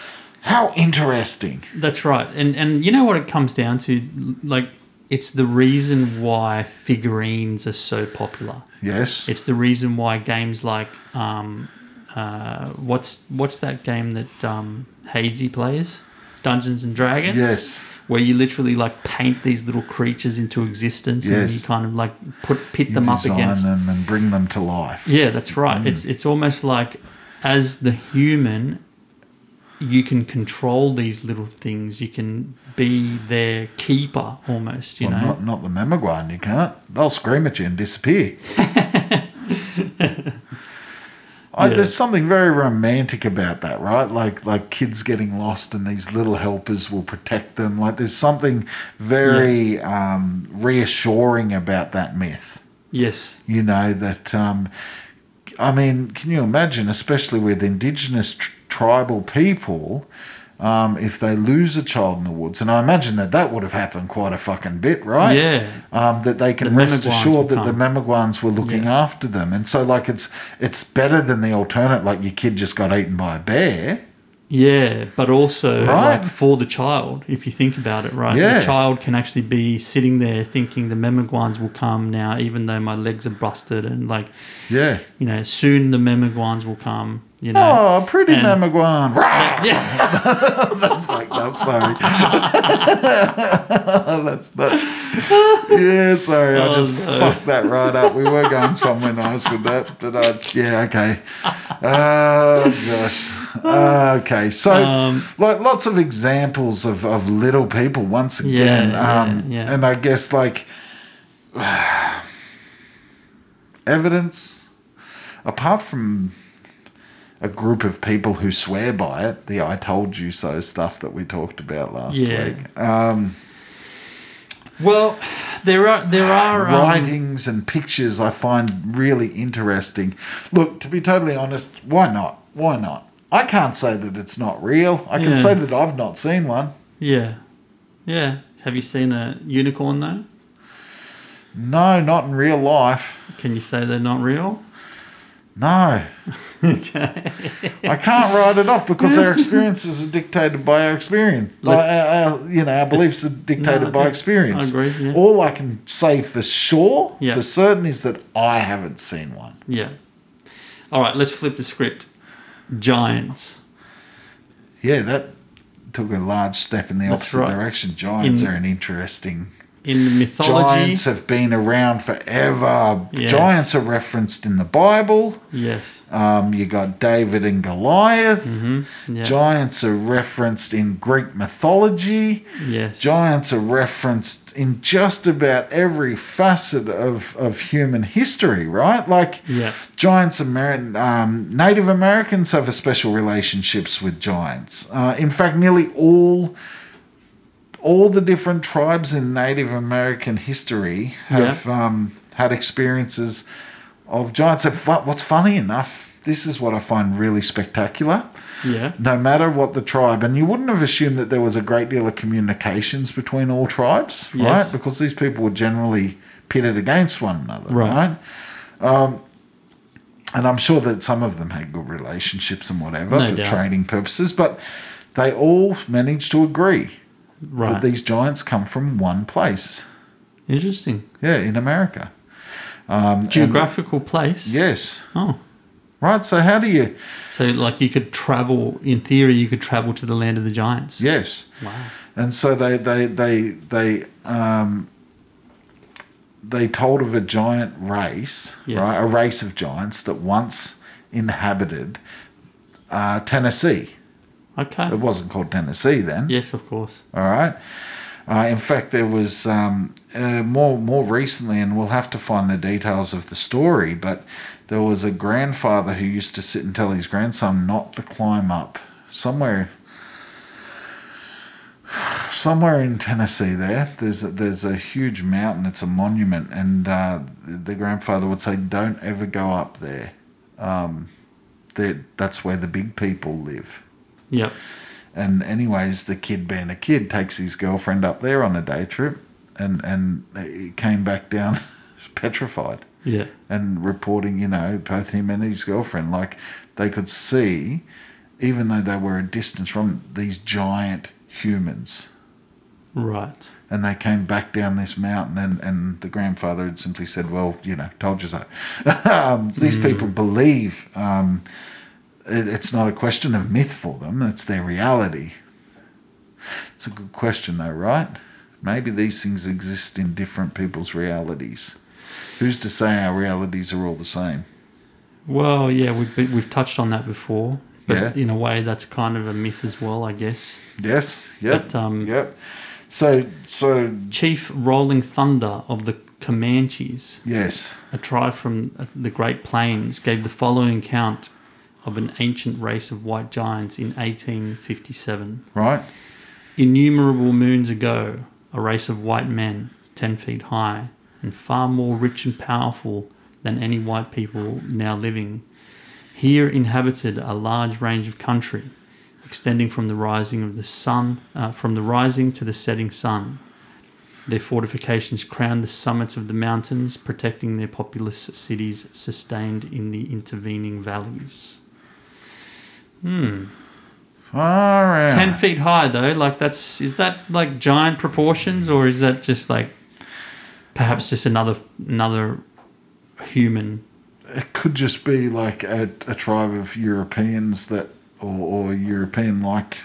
Speaker 1: how interesting.
Speaker 2: That's right, and and you know what it comes down to, like it's the reason why figurines are so popular.
Speaker 1: Yes.
Speaker 2: It's the reason why games like um, uh, what's what's that game that um, Hazy plays, Dungeons and Dragons.
Speaker 1: Yes.
Speaker 2: Where you literally like paint these little creatures into existence, and
Speaker 1: Yes.
Speaker 2: you kind of like put pit
Speaker 1: You
Speaker 2: them up
Speaker 1: design
Speaker 2: against
Speaker 1: them and bring them to life.
Speaker 2: yeah, that's right.
Speaker 1: Mm.
Speaker 2: It's it's almost like as the human you can control these little things. You can be their keeper almost, you
Speaker 1: Well,
Speaker 2: know.
Speaker 1: not, not the Memaguan, you can't. They'll scream at you and disappear. I,
Speaker 2: Yeah.
Speaker 1: There's something very romantic about that, right? Like like kids getting lost and these little helpers will protect them. Like there's something very um, reassuring about that myth.
Speaker 2: yes.
Speaker 1: you know that um, i mean can you imagine especially with indigenous tr- tribal people um, if they lose a child in the woods and i imagine that that would have happened quite a fucking bit right
Speaker 2: Yeah.
Speaker 1: um, that they can
Speaker 2: The
Speaker 1: rest
Speaker 2: Memaguans
Speaker 1: assured
Speaker 2: will
Speaker 1: that the mamaguans were looking
Speaker 2: Yeah.
Speaker 1: after them and so like it's it's better than the alternate like your kid just got eaten by a bear
Speaker 2: Yeah, but also
Speaker 1: Right.
Speaker 2: like for the child, if you think about it, right?
Speaker 1: Yeah.
Speaker 2: The child can actually be sitting there thinking the Memaguans will come now even though my legs are busted and like,
Speaker 1: yeah
Speaker 2: you know, soon the Memaguans will come, you know.
Speaker 1: Oh, pretty
Speaker 2: And-
Speaker 1: Mamaguan. Rah!
Speaker 2: Yeah.
Speaker 1: That's like, I'm sorry. That's that. Yeah, sorry. I
Speaker 2: Oh,
Speaker 1: just
Speaker 2: no.
Speaker 1: fucked that right up. We were going somewhere nice with that, but I, yeah, okay. Oh, gosh. okay. So,
Speaker 2: Um,
Speaker 1: like, lots of examples of, of little people once again.
Speaker 2: yeah,
Speaker 1: um,
Speaker 2: yeah.
Speaker 1: And I guess, like, evidence, apart from a group of people who swear by it, the I told you so stuff that we talked about last
Speaker 2: Yeah.
Speaker 1: week. Um,
Speaker 2: Well, there are there are um,
Speaker 1: writings and pictures I find really interesting. Look, to be totally honest, why not? Why not? I can't say that it's not real. I can
Speaker 2: Yeah.
Speaker 1: say that I've not seen one.
Speaker 2: Yeah. Yeah. Have you seen a unicorn though?
Speaker 1: No, not in real life.
Speaker 2: Can you say they're not real?
Speaker 1: No. I can't write it off because our experiences are dictated by our experience.
Speaker 2: Look-
Speaker 1: Like, our, our, you know, our beliefs are
Speaker 2: No,
Speaker 1: dictated
Speaker 2: I
Speaker 1: by
Speaker 2: think-
Speaker 1: experience.
Speaker 2: I agree, yeah.
Speaker 1: All I can say for sure,
Speaker 2: Yeah.
Speaker 1: for certain, is that I haven't seen one.
Speaker 2: Yeah. All right, let's flip the script. Giants.
Speaker 1: Yeah, that took a large step in the
Speaker 2: That's
Speaker 1: opposite
Speaker 2: right.
Speaker 1: direction. Giants
Speaker 2: In-
Speaker 1: are an interesting.
Speaker 2: In the mythology.
Speaker 1: Giants have been around forever.
Speaker 2: Yes.
Speaker 1: Giants are referenced in the Bible.
Speaker 2: Yes.
Speaker 1: Um, you got David and Goliath.
Speaker 2: Mm-hmm. Yeah.
Speaker 1: Giants are referenced in Greek mythology.
Speaker 2: yes.
Speaker 1: Giants are referenced in just about every facet of, of human history, right? Like,
Speaker 2: Yeah.
Speaker 1: giants, Ameri- um, Native Americans have a special relationships with giants. Uh, in fact, nearly all all the different tribes in Native American history have um, had experiences of giants. And what- What's funny enough, this is what I find really spectacular
Speaker 2: Yeah.
Speaker 1: no matter what the tribe, and you wouldn't have assumed that there was a great deal of communications between all tribes,
Speaker 2: Yes.
Speaker 1: right? Because these people were generally pitted against one another,
Speaker 2: Right.
Speaker 1: right? Um, and I'm sure that some of them had good relationships and whatever
Speaker 2: No
Speaker 1: for
Speaker 2: doubt.
Speaker 1: trading purposes, but they all managed to agree
Speaker 2: Right.
Speaker 1: that these giants come from one place,
Speaker 2: Interesting.
Speaker 1: yeah, in America.
Speaker 2: Geographical place.
Speaker 1: Yes,
Speaker 2: Oh.
Speaker 1: right. So how do you?
Speaker 2: So like you could travel in theory you could travel to the land of the giants.
Speaker 1: Yes,
Speaker 2: Wow.
Speaker 1: and so they they they they um they told of a giant race
Speaker 2: Yeah.
Speaker 1: right a race of giants that once inhabited uh, tennessee
Speaker 2: Okay.
Speaker 1: it wasn't called tennessee then
Speaker 2: Yes, of course.
Speaker 1: all right uh, in fact there was um, uh, more more recently and we'll have to find the details of the story but there was a grandfather who used to sit and tell his grandson not to climb up somewhere somewhere in Tennessee there there's a, there's a huge mountain it's a monument and uh, the grandfather would say don't ever go up there um, that that's where the big people live
Speaker 2: Yep.
Speaker 1: and anyways, the kid being a kid takes his girlfriend up there on a day trip, and and he came back down petrified
Speaker 2: Yeah.
Speaker 1: and reporting, you know, both him and his girlfriend, like they could see, even though they were a distance from these giant humans
Speaker 2: Right.
Speaker 1: and they came back down this mountain and, and the grandfather had simply said well you know told you so um,
Speaker 2: Hmm.
Speaker 1: these people believe um, it, it's not a question of myth for them it's their reality it's a good question though right maybe these things exist in different people's realities who's to say our realities are all the same
Speaker 2: Well, yeah, we've been, we've touched on that before, but
Speaker 1: Yeah.
Speaker 2: in a way, that's kind of a myth as well, I guess.
Speaker 1: yes yep
Speaker 2: But, um,
Speaker 1: yep so so
Speaker 2: Chief Rolling Thunder of the Comanches,
Speaker 1: yes
Speaker 2: a tribe from uh, the Great Plains, gave the following account of an ancient race of white giants in 1857.
Speaker 1: right
Speaker 2: Innumerable moons ago, a race of white men, 10 feet high, and far more rich and powerful than any white people now living, here inhabited a large range of country, extending from the rising of the sun, uh, from the rising to the setting sun. Their fortifications crowned the summits of the mountains, protecting their populous cities sustained in the intervening valleys.
Speaker 1: all right
Speaker 2: Ten feet high though, like that's is that like giant proportions or is that just like perhaps just another another human?
Speaker 1: it could just be like a, a tribe of Europeans that, or, or European like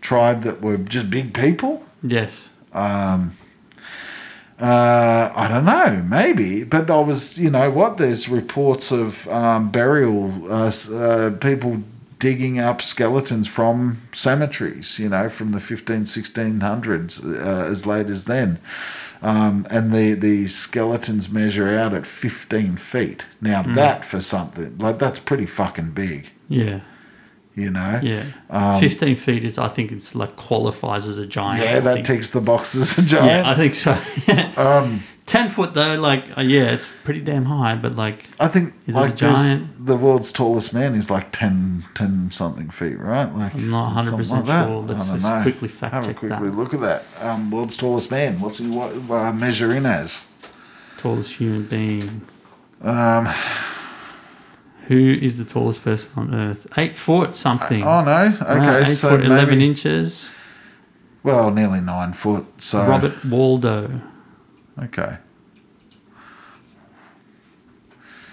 Speaker 1: tribe that were just big people.
Speaker 2: Yes.
Speaker 1: Uh, I don't know, maybe, but I was, you know, what? There's reports of um, burial uh, s- uh, people digging up skeletons from cemeteries, you know, from the 15, 1600s, uh, as late as then. Um, and the, the skeletons measure out at 15 feet. Now,
Speaker 2: Hmm.
Speaker 1: that for something, like, that's pretty fucking big,
Speaker 2: Yeah.
Speaker 1: you know?
Speaker 2: Yeah. Fifteen feet is I think it's like qualifies as a giant.
Speaker 1: Um, Yeah,
Speaker 2: I
Speaker 1: that
Speaker 2: think.
Speaker 1: takes Um, the boxes a giant.
Speaker 2: Yeah, I think so. Ten foot though, like uh, yeah, it's pretty damn high, but like
Speaker 1: I think
Speaker 2: Is it
Speaker 1: like
Speaker 2: a
Speaker 1: there's-
Speaker 2: giant?
Speaker 1: the world's tallest man is like 10, 10 something feet, right? Like
Speaker 2: I'm not 100%
Speaker 1: something like that.
Speaker 2: sure. Let's
Speaker 1: I don't
Speaker 2: just
Speaker 1: know.
Speaker 2: quickly fact
Speaker 1: Have a
Speaker 2: check
Speaker 1: quickly
Speaker 2: that.
Speaker 1: look at that. Um, world's tallest man. What's he what, uh, measure in as?
Speaker 2: tallest human being. Um. Who is the tallest person on Earth? Eight foot something.
Speaker 1: Oh no. Okay,
Speaker 2: Wow, eight
Speaker 1: so
Speaker 2: foot
Speaker 1: maybe,
Speaker 2: eleven inches.
Speaker 1: well, nearly nine foot. So
Speaker 2: Robert Waldo.
Speaker 1: Okay.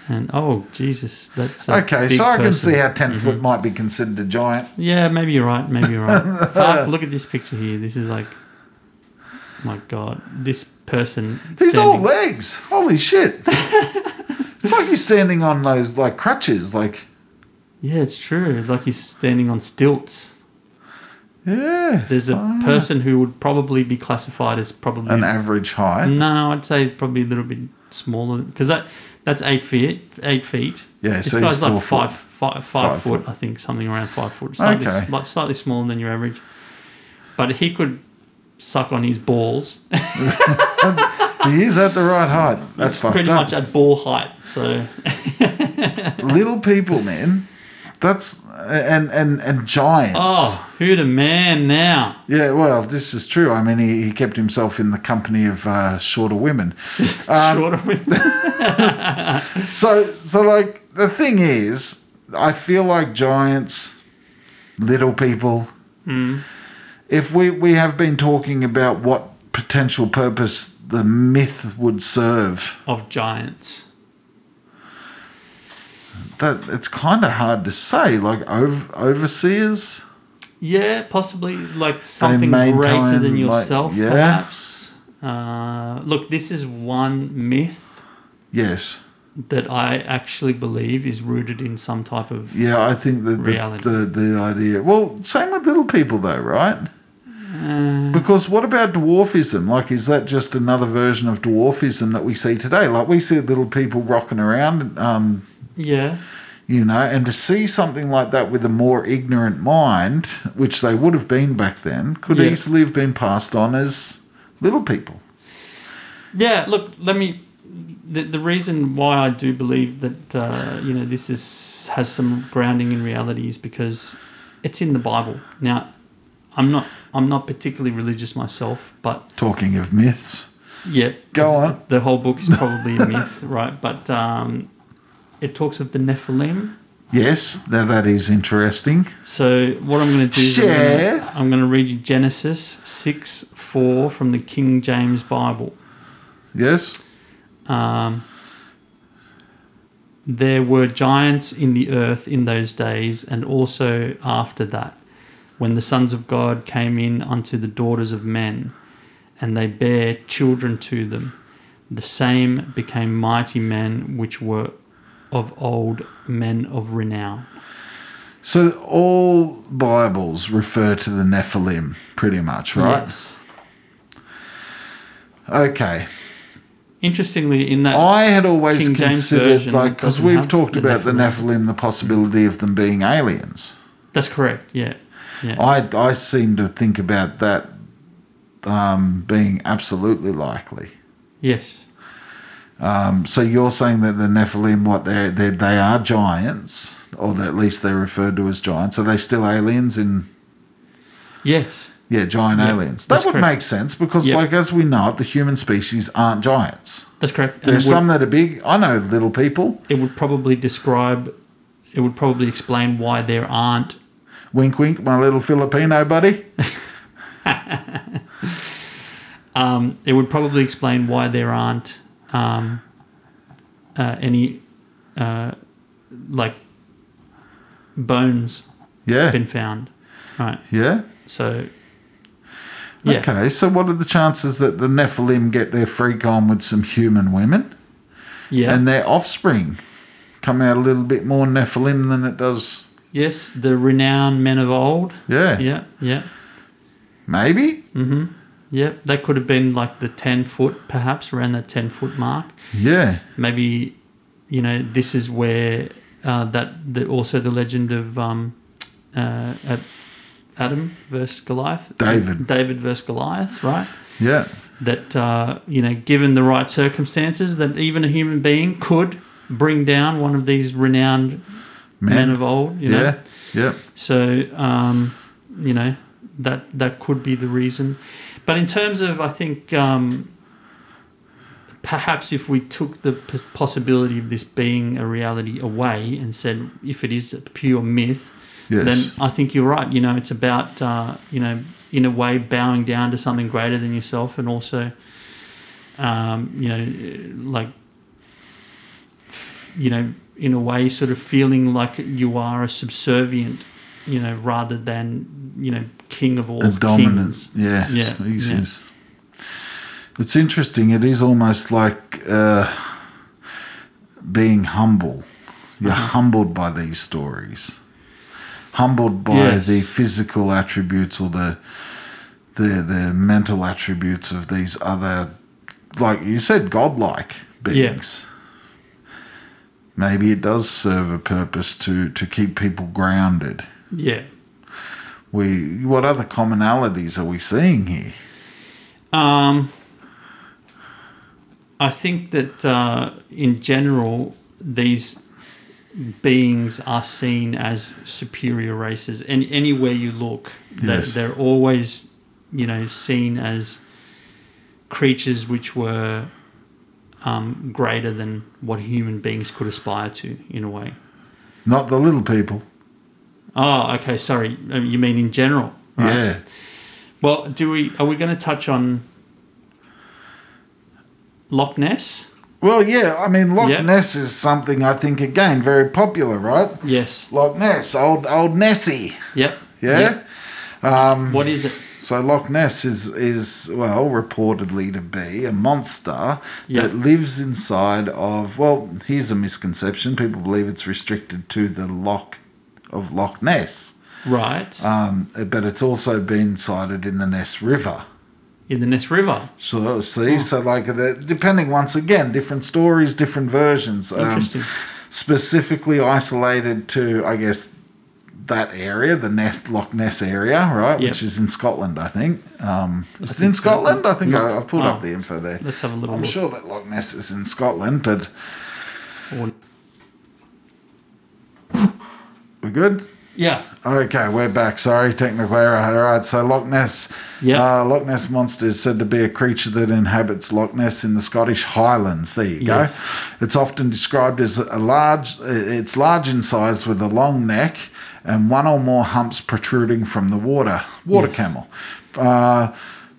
Speaker 2: And oh Jesus, that's a
Speaker 1: Okay,
Speaker 2: big
Speaker 1: so I can
Speaker 2: person. Mm-hmm.
Speaker 1: see how 10 foot might be considered a giant.
Speaker 2: Yeah, maybe you're right. Maybe you're right. Fuck, look at this picture here. This is like, my God, this person.
Speaker 1: These are all
Speaker 2: standing-
Speaker 1: legs. Holy shit! it's like he's standing on those like crutches. Like
Speaker 2: Yeah, it's true. Like he's standing on stilts.
Speaker 1: yeah,
Speaker 2: There's a person who would probably be classified as probably
Speaker 1: Ah. an average height.
Speaker 2: No, I'd say probably a little bit smaller because that that's eight feet. Eight feet.
Speaker 1: Yeah,
Speaker 2: this
Speaker 1: so he's
Speaker 2: guy's like
Speaker 1: four foot.
Speaker 2: five, five, five
Speaker 1: Five
Speaker 2: foot,
Speaker 1: foot.
Speaker 2: I think, something around five foot. Slightly,
Speaker 1: Okay.
Speaker 2: like, slightly smaller than your average, but he could suck on his balls.
Speaker 1: He is at the right height. That's fucked
Speaker 2: pretty
Speaker 1: up.
Speaker 2: much at ball height. So
Speaker 1: Little people, man. That's and and and giants.
Speaker 2: oh, who the man now?
Speaker 1: Yeah, well, this is true. I mean, he, he kept himself in the company of uh, shorter women. Um,
Speaker 2: Short of him.
Speaker 1: So so like the thing is, I feel like giants, little people.
Speaker 2: Hmm.
Speaker 1: If we we have been talking about what potential purpose the myth would serve,
Speaker 2: of giants.
Speaker 1: that it's kind of hard to say. Like over, overseers.
Speaker 2: Yeah, possibly like something
Speaker 1: maintain,
Speaker 2: greater than
Speaker 1: like,
Speaker 2: yourself,
Speaker 1: yeah.
Speaker 2: perhaps. Uh, look, this is one myth.
Speaker 1: Yes.
Speaker 2: that I actually believe is rooted in some type of
Speaker 1: Yeah, I think that
Speaker 2: Reality.
Speaker 1: the, the the idea. Well, same with little people though, right?
Speaker 2: Uh.
Speaker 1: Because what about dwarfism? Like, is that just another version of dwarfism that we see today? Like, we see little people rocking around, um,
Speaker 2: yeah,
Speaker 1: you know, and to see something like that with a more ignorant mind, which they would have been back then, could
Speaker 2: Yeah.
Speaker 1: easily have been passed on as little people.
Speaker 2: yeah. Look, let me. The, the reason why I do believe that uh, you know this is has some grounding in reality is because it's in the Bible. Now, I'm not I'm not particularly religious myself, but
Speaker 1: Talking of myths,
Speaker 2: Yeah.
Speaker 1: Go
Speaker 2: it's-
Speaker 1: on.
Speaker 2: The whole book is probably a myth, right? But um, it talks of the Nephilim,
Speaker 1: Yes, that, that is interesting.
Speaker 2: So what I'm going to do is I'm
Speaker 1: Share.
Speaker 2: gonna- I'm going to read you Genesis 6 4 from the King James Bible.
Speaker 1: Yes.
Speaker 2: Um, there were giants in the earth in those days, and also after that, when the sons of God came in unto the daughters of men, and they bare children to them. The same became mighty men which were of old men of renown.
Speaker 1: So all Bibles refer to the Nephilim, pretty much, right?
Speaker 2: Yes.
Speaker 1: Okay.
Speaker 2: Interestingly, in that
Speaker 1: I had always
Speaker 2: King James
Speaker 1: considered,
Speaker 2: Version
Speaker 1: like, because
Speaker 2: doesn't
Speaker 1: we've
Speaker 2: have
Speaker 1: talked
Speaker 2: the
Speaker 1: about the
Speaker 2: Nephilim.
Speaker 1: Nephilim, the possibility of them being aliens.
Speaker 2: That's correct. Yeah, yeah.
Speaker 1: I, I seem to think about that um, being absolutely likely.
Speaker 2: yes,
Speaker 1: Um, so you're saying that the Nephilim, what they they they are giants, or that at least they're referred to as giants. Are they still aliens? In
Speaker 2: yes.
Speaker 1: yeah, giant aliens. That
Speaker 2: that's
Speaker 1: would
Speaker 2: correct.
Speaker 1: make sense because,
Speaker 2: Yeah.
Speaker 1: like as we know it, the human species aren't giants.
Speaker 2: That's correct. And
Speaker 1: There's
Speaker 2: it would-
Speaker 1: some that are big. I know little people.
Speaker 2: it would probably describe it would probably explain why there aren't
Speaker 1: Wink, wink, my little Filipino buddy.
Speaker 2: um, it would probably explain why there aren't um, uh, any uh, like bones
Speaker 1: Yeah,
Speaker 2: been found right
Speaker 1: yeah.
Speaker 2: so yeah
Speaker 1: Okay, so what are the chances that the Nephilim get their freak on with some human women
Speaker 2: yeah
Speaker 1: and their offspring come out a little bit more Nephilim than it does?
Speaker 2: yes the renowned men of old
Speaker 1: Yeah,
Speaker 2: yeah yeah
Speaker 1: maybe.
Speaker 2: yeah that could have been like the 10 foot perhaps around that 10 foot mark
Speaker 1: Yeah.
Speaker 2: maybe you know this is where uh, that the, also the legend of um, uh, at Adam versus Goliath,
Speaker 1: David.
Speaker 2: David versus Goliath, right?
Speaker 1: Yeah.
Speaker 2: That uh, you know, given the right circumstances, that even a human being could bring down one of these renowned men,
Speaker 1: Men.
Speaker 2: of old. You know,
Speaker 1: yeah. Yeah.
Speaker 2: so um, you know that that could be the reason. But in terms of, I think um, perhaps if we took the p- possibility of this being a reality away and said if it is a pure myth,
Speaker 1: Yes.
Speaker 2: then I think you're right. You know, it's about uh, you know in a way bowing down to something greater than yourself, and also um, you know like you know, in a way, sort of feeling like you are a subservient, you know, rather than you know, king of all
Speaker 1: A dominant.
Speaker 2: kings.
Speaker 1: Yeah.
Speaker 2: Yeah,
Speaker 1: Species. It's interesting. It is almost like uh, being humble. You're
Speaker 2: Mm-hmm.
Speaker 1: humbled by these stories. Humbled by
Speaker 2: Yes.
Speaker 1: the physical attributes or the the the mental attributes of these other like you said, godlike beings. Maybe it does serve a purpose to, to keep people grounded.
Speaker 2: Yeah.
Speaker 1: We what other commonalities are we seeing here?
Speaker 2: Um, I think that uh, in general, these beings are seen as superior races, and anywhere you look, they're,
Speaker 1: Yes.
Speaker 2: they're always, you know, seen as creatures which were um, greater than what human beings could aspire to, in a way.
Speaker 1: Not the little people.
Speaker 2: Oh, okay. Sorry, Uh, you mean in general? right?
Speaker 1: Yeah.
Speaker 2: Well, do we are we going to touch on Loch Ness?
Speaker 1: Well, yeah, I mean Loch
Speaker 2: Yeah.
Speaker 1: Ness is something I think again very popular, right?
Speaker 2: Yes.
Speaker 1: Loch Ness, old old Nessie.
Speaker 2: Yep.
Speaker 1: Yeah?
Speaker 2: Yep. What is it?
Speaker 1: So Loch Ness is is well reportedly to be a monster
Speaker 2: Yeah.
Speaker 1: that lives inside of well, here's a misconception. People believe it's restricted to the Loch of Loch Ness.
Speaker 2: Right
Speaker 1: Um, but it's also been sighted in the Ness River.
Speaker 2: in the Ness River.
Speaker 1: So see, so like uh, the, depending once again, different stories, different versions. Um,
Speaker 2: Interesting.
Speaker 1: specifically isolated to, I guess, that area, the Ness, Loch Ness area, right,
Speaker 2: Yep.
Speaker 1: which is in Scotland, I think. Um, is it
Speaker 2: think
Speaker 1: in
Speaker 2: so.
Speaker 1: Scotland? I think I,
Speaker 2: Loch-
Speaker 1: I've pulled up
Speaker 2: oh,
Speaker 1: the info there.
Speaker 2: let's have a little
Speaker 1: I'm
Speaker 2: look.
Speaker 1: sure that Loch Ness is in Scotland, but
Speaker 2: Or-
Speaker 1: we're good.
Speaker 2: Yeah.
Speaker 1: Okay, we're back. Sorry, technical error. All right, so Loch Ness.
Speaker 2: Yep.
Speaker 1: Uh, Loch Ness monster is said to be a creature that inhabits Loch Ness in the Scottish Highlands. There you
Speaker 2: Yes.
Speaker 1: go. It's often described as a large. It's large in size with a long neck and one or more humps protruding from the water. Water
Speaker 2: Yes.
Speaker 1: camel. Uh,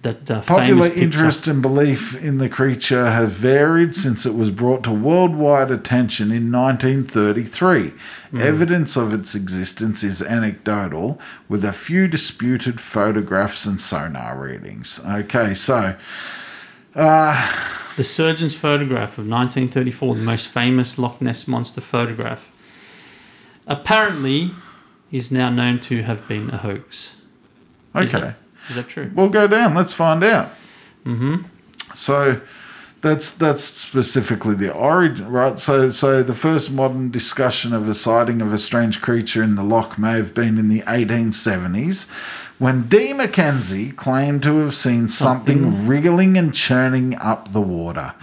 Speaker 2: That uh,
Speaker 1: Popular
Speaker 2: famous picture.
Speaker 1: interest and belief in the creature have varied since it was brought to worldwide attention in 1933.
Speaker 2: Hmm.
Speaker 1: Evidence of its existence is anecdotal, with a few disputed photographs and sonar readings. Okay, so
Speaker 2: The surgeon's photograph of 1934, the most famous Loch Ness monster photograph, apparently is now known to have been a hoax. Is
Speaker 1: okay,
Speaker 2: that- Is that true?
Speaker 1: we'll go down. Let's find out. Mm-hmm. So. That's that's specifically the origin, right? So so the first modern discussion of a sighting of a strange creature in the loch may have been in the 1870s, when Dee Mackenzie claimed to have seen something, wriggling and churning up the water.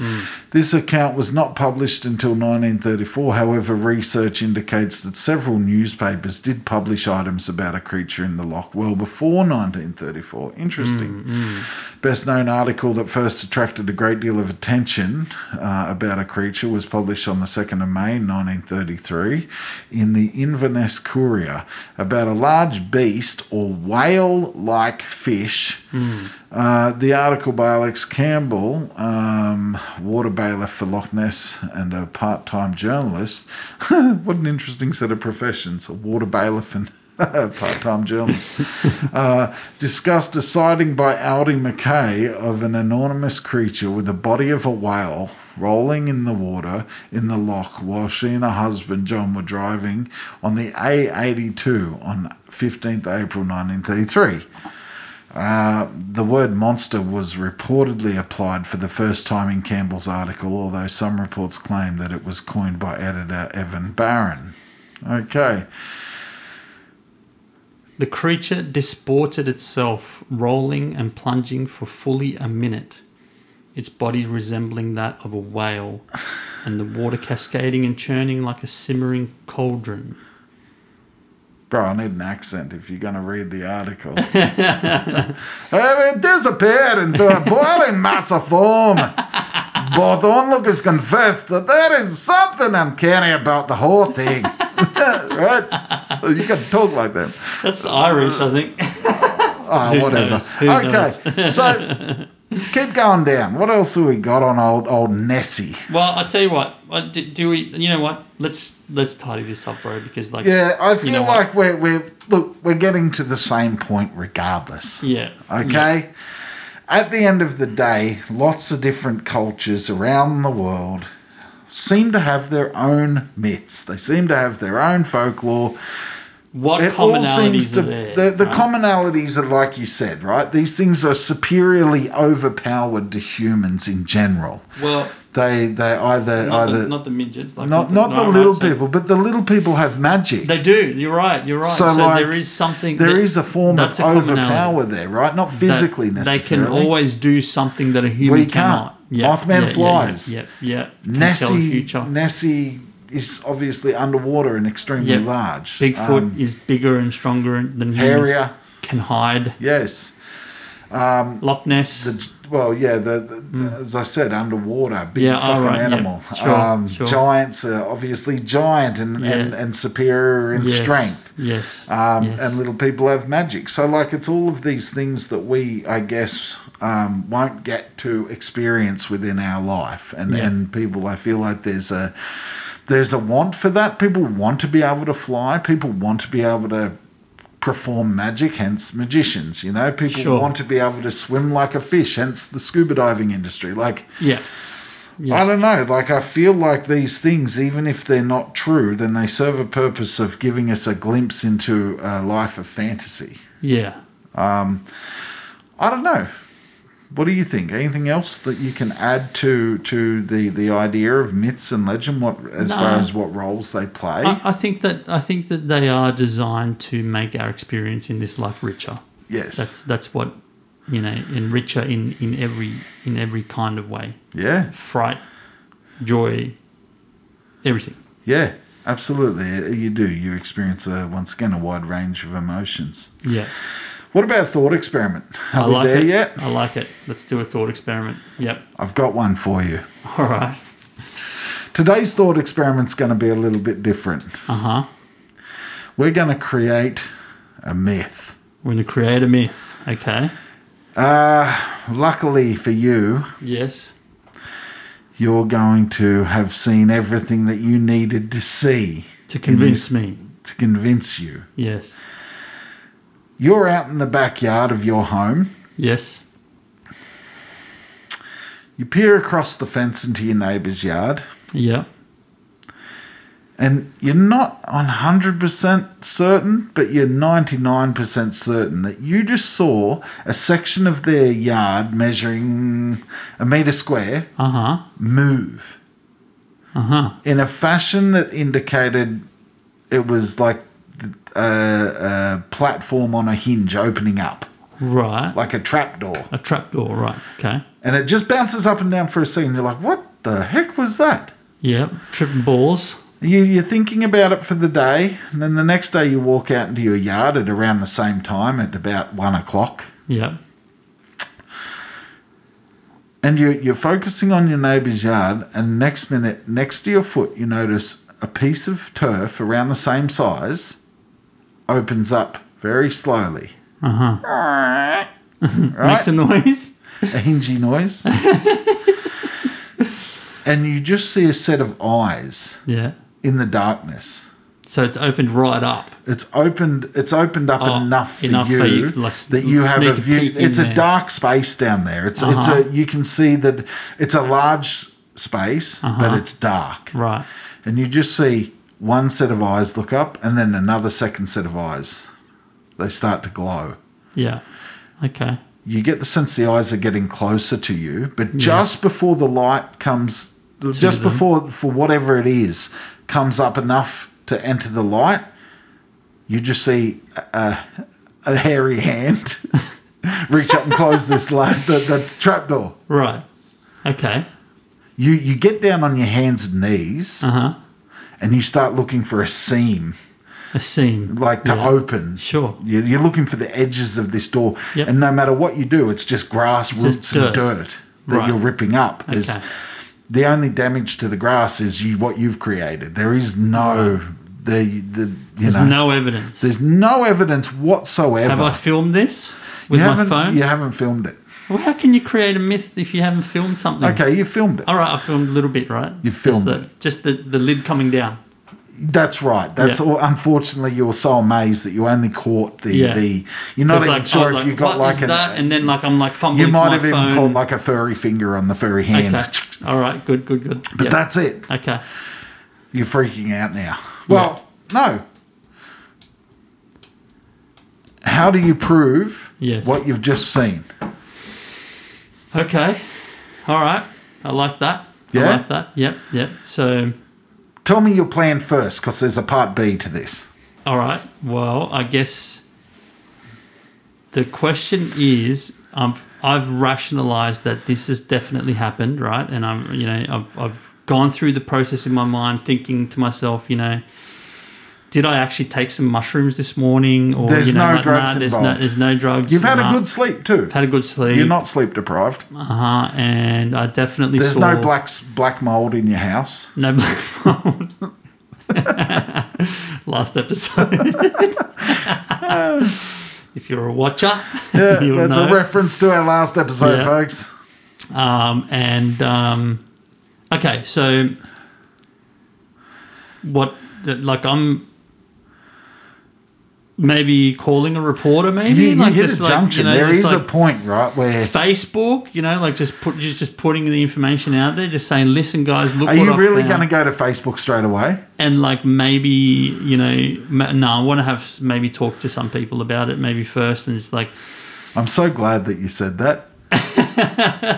Speaker 1: This account was not published until 1934. However, research indicates that several newspapers did publish items about a creature in the loch well before 1934. Interesting best known article that first attracted a great deal of attention uh, about a creature was published on the 2nd of May 1933 in the Inverness Courier about a large beast or whale like fish. Uh, the article by Alex Campbell, um, water bailiff for Loch Ness and a part time journalist. what an interesting set of professions a water bailiff and part time journalist, uh, discussed a sighting by Aldi McKay of an anonymous creature with the body of a whale rolling in the water in the loch while she and her husband John were driving on the A82 on 15th April 1933. Uh, the word monster was reportedly applied for the first time in Campbell's article, although some reports claim that it was coined by editor Evan Barron. Okay.
Speaker 2: The creature disported itself, rolling and plunging for fully a minute, its body resembling that of a whale, and the water cascading and churning like a simmering cauldron.
Speaker 1: Bro, I need an accent if you're going to read the article. it disappeared into a boiling mass of foam. Both onlookers confessed that there is something uncanny about the whole thing. right? So you can talk like that.
Speaker 2: That's Irish, I think.
Speaker 1: Oh,
Speaker 2: Who
Speaker 1: whatever.
Speaker 2: knows? Who
Speaker 1: okay. so keep going down. What else have we got on old old Nessie?
Speaker 2: Well, I tell you what. uh, Do, do we? You know what? Let's let's tidy this up, bro. Because like,
Speaker 1: Yeah, I feel
Speaker 2: know what?
Speaker 1: like we're, we're look, we're getting to the same point regardless.
Speaker 2: yeah,
Speaker 1: Okay? At the end of the day, lots of different cultures around the world seem to have their own myths. They seem to have their own folklore.
Speaker 2: What
Speaker 1: It all seems
Speaker 2: commonalities
Speaker 1: to
Speaker 2: are there? Uh,
Speaker 1: the, the
Speaker 2: right?
Speaker 1: commonalities are like you said, right? These things are superiorly overpowered to humans in general.
Speaker 2: well,
Speaker 1: They they either
Speaker 2: not,
Speaker 1: either
Speaker 2: the, not the midgets, like
Speaker 1: not not the
Speaker 2: no,
Speaker 1: little
Speaker 2: right, so-
Speaker 1: people, but the little people have magic.
Speaker 2: They do. You're right. You're right.
Speaker 1: So,
Speaker 2: So,
Speaker 1: like,
Speaker 2: there is something.
Speaker 1: there
Speaker 2: that-
Speaker 1: is a form of
Speaker 2: that's a commonality.
Speaker 1: overpower there, right? Not
Speaker 2: that
Speaker 1: physically
Speaker 2: They can
Speaker 1: necessarily.
Speaker 2: always do something that a human
Speaker 1: We can't.
Speaker 2: cannot. Yeah,
Speaker 1: Mothman
Speaker 2: yeah, yeah,
Speaker 1: flies.
Speaker 2: Yeah, yeah. yeah. Can tell the
Speaker 1: Nessie,
Speaker 2: future.
Speaker 1: Nessie is obviously underwater and extremely
Speaker 2: Yeah.
Speaker 1: large.
Speaker 2: Bigfoot
Speaker 1: Um,
Speaker 2: is bigger and stronger than humans.
Speaker 1: Hairier,
Speaker 2: Can hide.
Speaker 1: yes.
Speaker 2: Loch Ness.
Speaker 1: The, well, yeah, the, the, as I said, underwater, big
Speaker 2: Hmm. Yeah, all
Speaker 1: fucking
Speaker 2: right, yeah.
Speaker 1: animal.
Speaker 2: Sure,
Speaker 1: um,
Speaker 2: sure.
Speaker 1: Giants are obviously giant and, and,
Speaker 2: Yeah.
Speaker 1: and superior in
Speaker 2: Yes,
Speaker 1: strength.
Speaker 2: Yes.
Speaker 1: Um,
Speaker 2: yes.
Speaker 1: And little people have magic. So, like, it's all of these things that we, I guess, um, won't get to experience within our life. And,
Speaker 2: Yeah.
Speaker 1: and people, I feel like there's a there's a want for that. People want to be able to fly. People want to be able to perform magic. Hence, magicians. You know, people
Speaker 2: Sure.
Speaker 1: want to be able to swim like a fish. Hence, the scuba diving industry. Like,
Speaker 2: yeah. Yeah.
Speaker 1: I don't know. Like, I feel like these things, even if they're not true, then they serve a purpose of giving us a glimpse into a life of fantasy.
Speaker 2: Yeah.
Speaker 1: I don't know. What do you think? Anything else that you can add to to the the idea of myths and legend? What as
Speaker 2: No.
Speaker 1: far as what roles they play?
Speaker 2: I, I think that I think that they are designed to make our experience in this life richer.
Speaker 1: yes.
Speaker 2: That's that's what you know, and richer in in every in every kind of way.
Speaker 1: yeah.
Speaker 2: Fright, joy, everything.
Speaker 1: Yeah. Absolutely, you do. You experience a, once again a wide range of emotions.
Speaker 2: Yeah.
Speaker 1: What about a thought experiment? Are
Speaker 2: I
Speaker 1: we
Speaker 2: like
Speaker 1: there
Speaker 2: it.
Speaker 1: yet?
Speaker 2: I like it. Let's do a thought experiment. Yep.
Speaker 1: I've got one for you.
Speaker 2: All right.
Speaker 1: Today's thought experiment's going to be a little bit different. Uh-huh.
Speaker 2: Uh huh.
Speaker 1: We're going to create a myth.
Speaker 2: We're going to create a myth. Okay.
Speaker 1: Uh, Luckily for you,
Speaker 2: Yes.
Speaker 1: you're going to have seen everything that you needed to see
Speaker 2: To convince
Speaker 1: this-
Speaker 2: me.
Speaker 1: to convince you.
Speaker 2: Yes.
Speaker 1: You're out in the backyard of your home.
Speaker 2: Yes.
Speaker 1: You peer across the fence into your neighbour's yard,
Speaker 2: Yep.
Speaker 1: and you're not 100% certain, but you're 99% certain that you just saw a section of their yard measuring a metre square
Speaker 2: Uh huh.
Speaker 1: move
Speaker 2: Uh huh.
Speaker 1: in a fashion that indicated it was like a, a platform on a hinge opening up,
Speaker 2: Right.
Speaker 1: like a trapdoor.
Speaker 2: a trapdoor. Right. Okay.
Speaker 1: And it just bounces up and down for a second. You're like, what the heck was that?
Speaker 2: Yep. Tripping balls.
Speaker 1: You, you're thinking about it for the day, and then the next day you walk out into your yard at around the same time, at about one o'clock,
Speaker 2: Yep.
Speaker 1: and you, you're focusing on your neighbour's yard, and next minute, next to your foot, you notice a piece of turf around the same size opens up very slowly.
Speaker 2: Uh huh.
Speaker 1: right?
Speaker 2: Makes a noise.
Speaker 1: A hingy noise. and you just see a set of eyes
Speaker 2: Yeah.
Speaker 1: in the darkness.
Speaker 2: So it's opened right up.
Speaker 1: It's opened. It's opened up
Speaker 2: Oh,
Speaker 1: enough for
Speaker 2: enough
Speaker 1: you,
Speaker 2: for you to let's-
Speaker 1: that you have a
Speaker 2: sneak a
Speaker 1: view.
Speaker 2: peek in
Speaker 1: It's a
Speaker 2: there. Uh-huh.
Speaker 1: dark space down there. It's it's a you can see that it's a large space,
Speaker 2: Uh-huh.
Speaker 1: but it's dark,
Speaker 2: Right.
Speaker 1: and you just see one set of eyes look up, and then another second set of eyes. They start to glow.
Speaker 2: Yeah. Okay.
Speaker 1: You get the sense the eyes are getting closer to you, but just before the light comes, just
Speaker 2: them.
Speaker 1: before for whatever it is comes up enough to enter the light, you just see a hairy hand reach up and close this la the, the trapdoor.
Speaker 2: Right. Okay.
Speaker 1: You you get down on your hands and knees
Speaker 2: Uh huh.
Speaker 1: and you start looking for a seam,
Speaker 2: A seam.
Speaker 1: like to
Speaker 2: Yeah.
Speaker 1: open.
Speaker 2: Sure.
Speaker 1: You- You're looking for the edges of this door,
Speaker 2: Yep.
Speaker 1: and no matter what you do, it's just grass,
Speaker 2: just
Speaker 1: roots, and
Speaker 2: dirt.
Speaker 1: dirt that
Speaker 2: Right.
Speaker 1: you're ripping up. There's,
Speaker 2: Okay.
Speaker 1: The only damage to the grass is you what you've created. There is no the the you know
Speaker 2: There's no evidence.
Speaker 1: there's no evidence whatsoever.
Speaker 2: Have I filmed this
Speaker 1: you
Speaker 2: with my
Speaker 1: haven't
Speaker 2: phone?
Speaker 1: you haven't filmed it.
Speaker 2: Well, how can you create a myth if you haven't filmed something?
Speaker 1: Okay, you filmed it.
Speaker 2: All right, I filmed a little bit, right?
Speaker 1: You filmed
Speaker 2: just the, Just the, the lid coming down.
Speaker 1: That's right. That's
Speaker 2: Yeah.
Speaker 1: all. Unfortunately, you were so amazed that you only caught the
Speaker 2: Yeah.
Speaker 1: the. You're not
Speaker 2: 'Cause,
Speaker 1: even
Speaker 2: like, I
Speaker 1: sure
Speaker 2: was
Speaker 1: if
Speaker 2: like,
Speaker 1: you got
Speaker 2: "What
Speaker 1: like
Speaker 2: is
Speaker 1: an.
Speaker 2: that? and then like I'm like fumbling.
Speaker 1: you
Speaker 2: with
Speaker 1: might
Speaker 2: my
Speaker 1: have even
Speaker 2: phone.
Speaker 1: caught like a furry finger on the furry hand.
Speaker 2: Okay. All right. Good. Good. Good.
Speaker 1: But that's it.
Speaker 2: Okay.
Speaker 1: You're freaking out now. Well, no. How do you prove
Speaker 2: Yes.
Speaker 1: what you've just seen?
Speaker 2: Okay. All right. I like that.
Speaker 1: Yeah?
Speaker 2: I like that. Yep. Yep. So,
Speaker 1: Tell me your plan first, because there's a part B to this.
Speaker 2: all right. Well, I guess the question is, um, I've rationalized that this has definitely happened, right? And I'm, you know, I've, I've gone through the process in my mind, thinking to myself, you know, did I actually take some mushrooms this morning? Or
Speaker 1: There's
Speaker 2: you know,
Speaker 1: no
Speaker 2: like,
Speaker 1: drugs
Speaker 2: nah, there's no,
Speaker 1: involved.
Speaker 2: there's no drugs.
Speaker 1: You've had a
Speaker 2: nah,
Speaker 1: good sleep too.
Speaker 2: had a good sleep.
Speaker 1: You're not sleep deprived.
Speaker 2: Uh huh. And I definitely
Speaker 1: There's
Speaker 2: saw
Speaker 1: no black s- black mold in your house.
Speaker 2: No black mold. Last episode. if you're a watcher,
Speaker 1: Yeah,
Speaker 2: you'll
Speaker 1: that's a
Speaker 2: know.
Speaker 1: reference to our last episode,
Speaker 2: Yeah.
Speaker 1: folks.
Speaker 2: Um, and um, okay, so what? Like I'm maybe calling a reporter. Maybe
Speaker 1: You, you
Speaker 2: like
Speaker 1: hit
Speaker 2: just
Speaker 1: a
Speaker 2: like, you
Speaker 1: junction.
Speaker 2: know,
Speaker 1: there
Speaker 2: just
Speaker 1: is
Speaker 2: like-
Speaker 1: a point, right, where
Speaker 2: Facebook, you know, like just put just, just putting the information out there, just saying, listen, guys, look.
Speaker 1: are
Speaker 2: what
Speaker 1: you
Speaker 2: I've
Speaker 1: really
Speaker 2: found."
Speaker 1: going to go to Facebook straight away?
Speaker 2: and like maybe you know ma- no i want to have s- maybe talk to some people about it maybe first and it's like
Speaker 1: I'm so glad that you said that.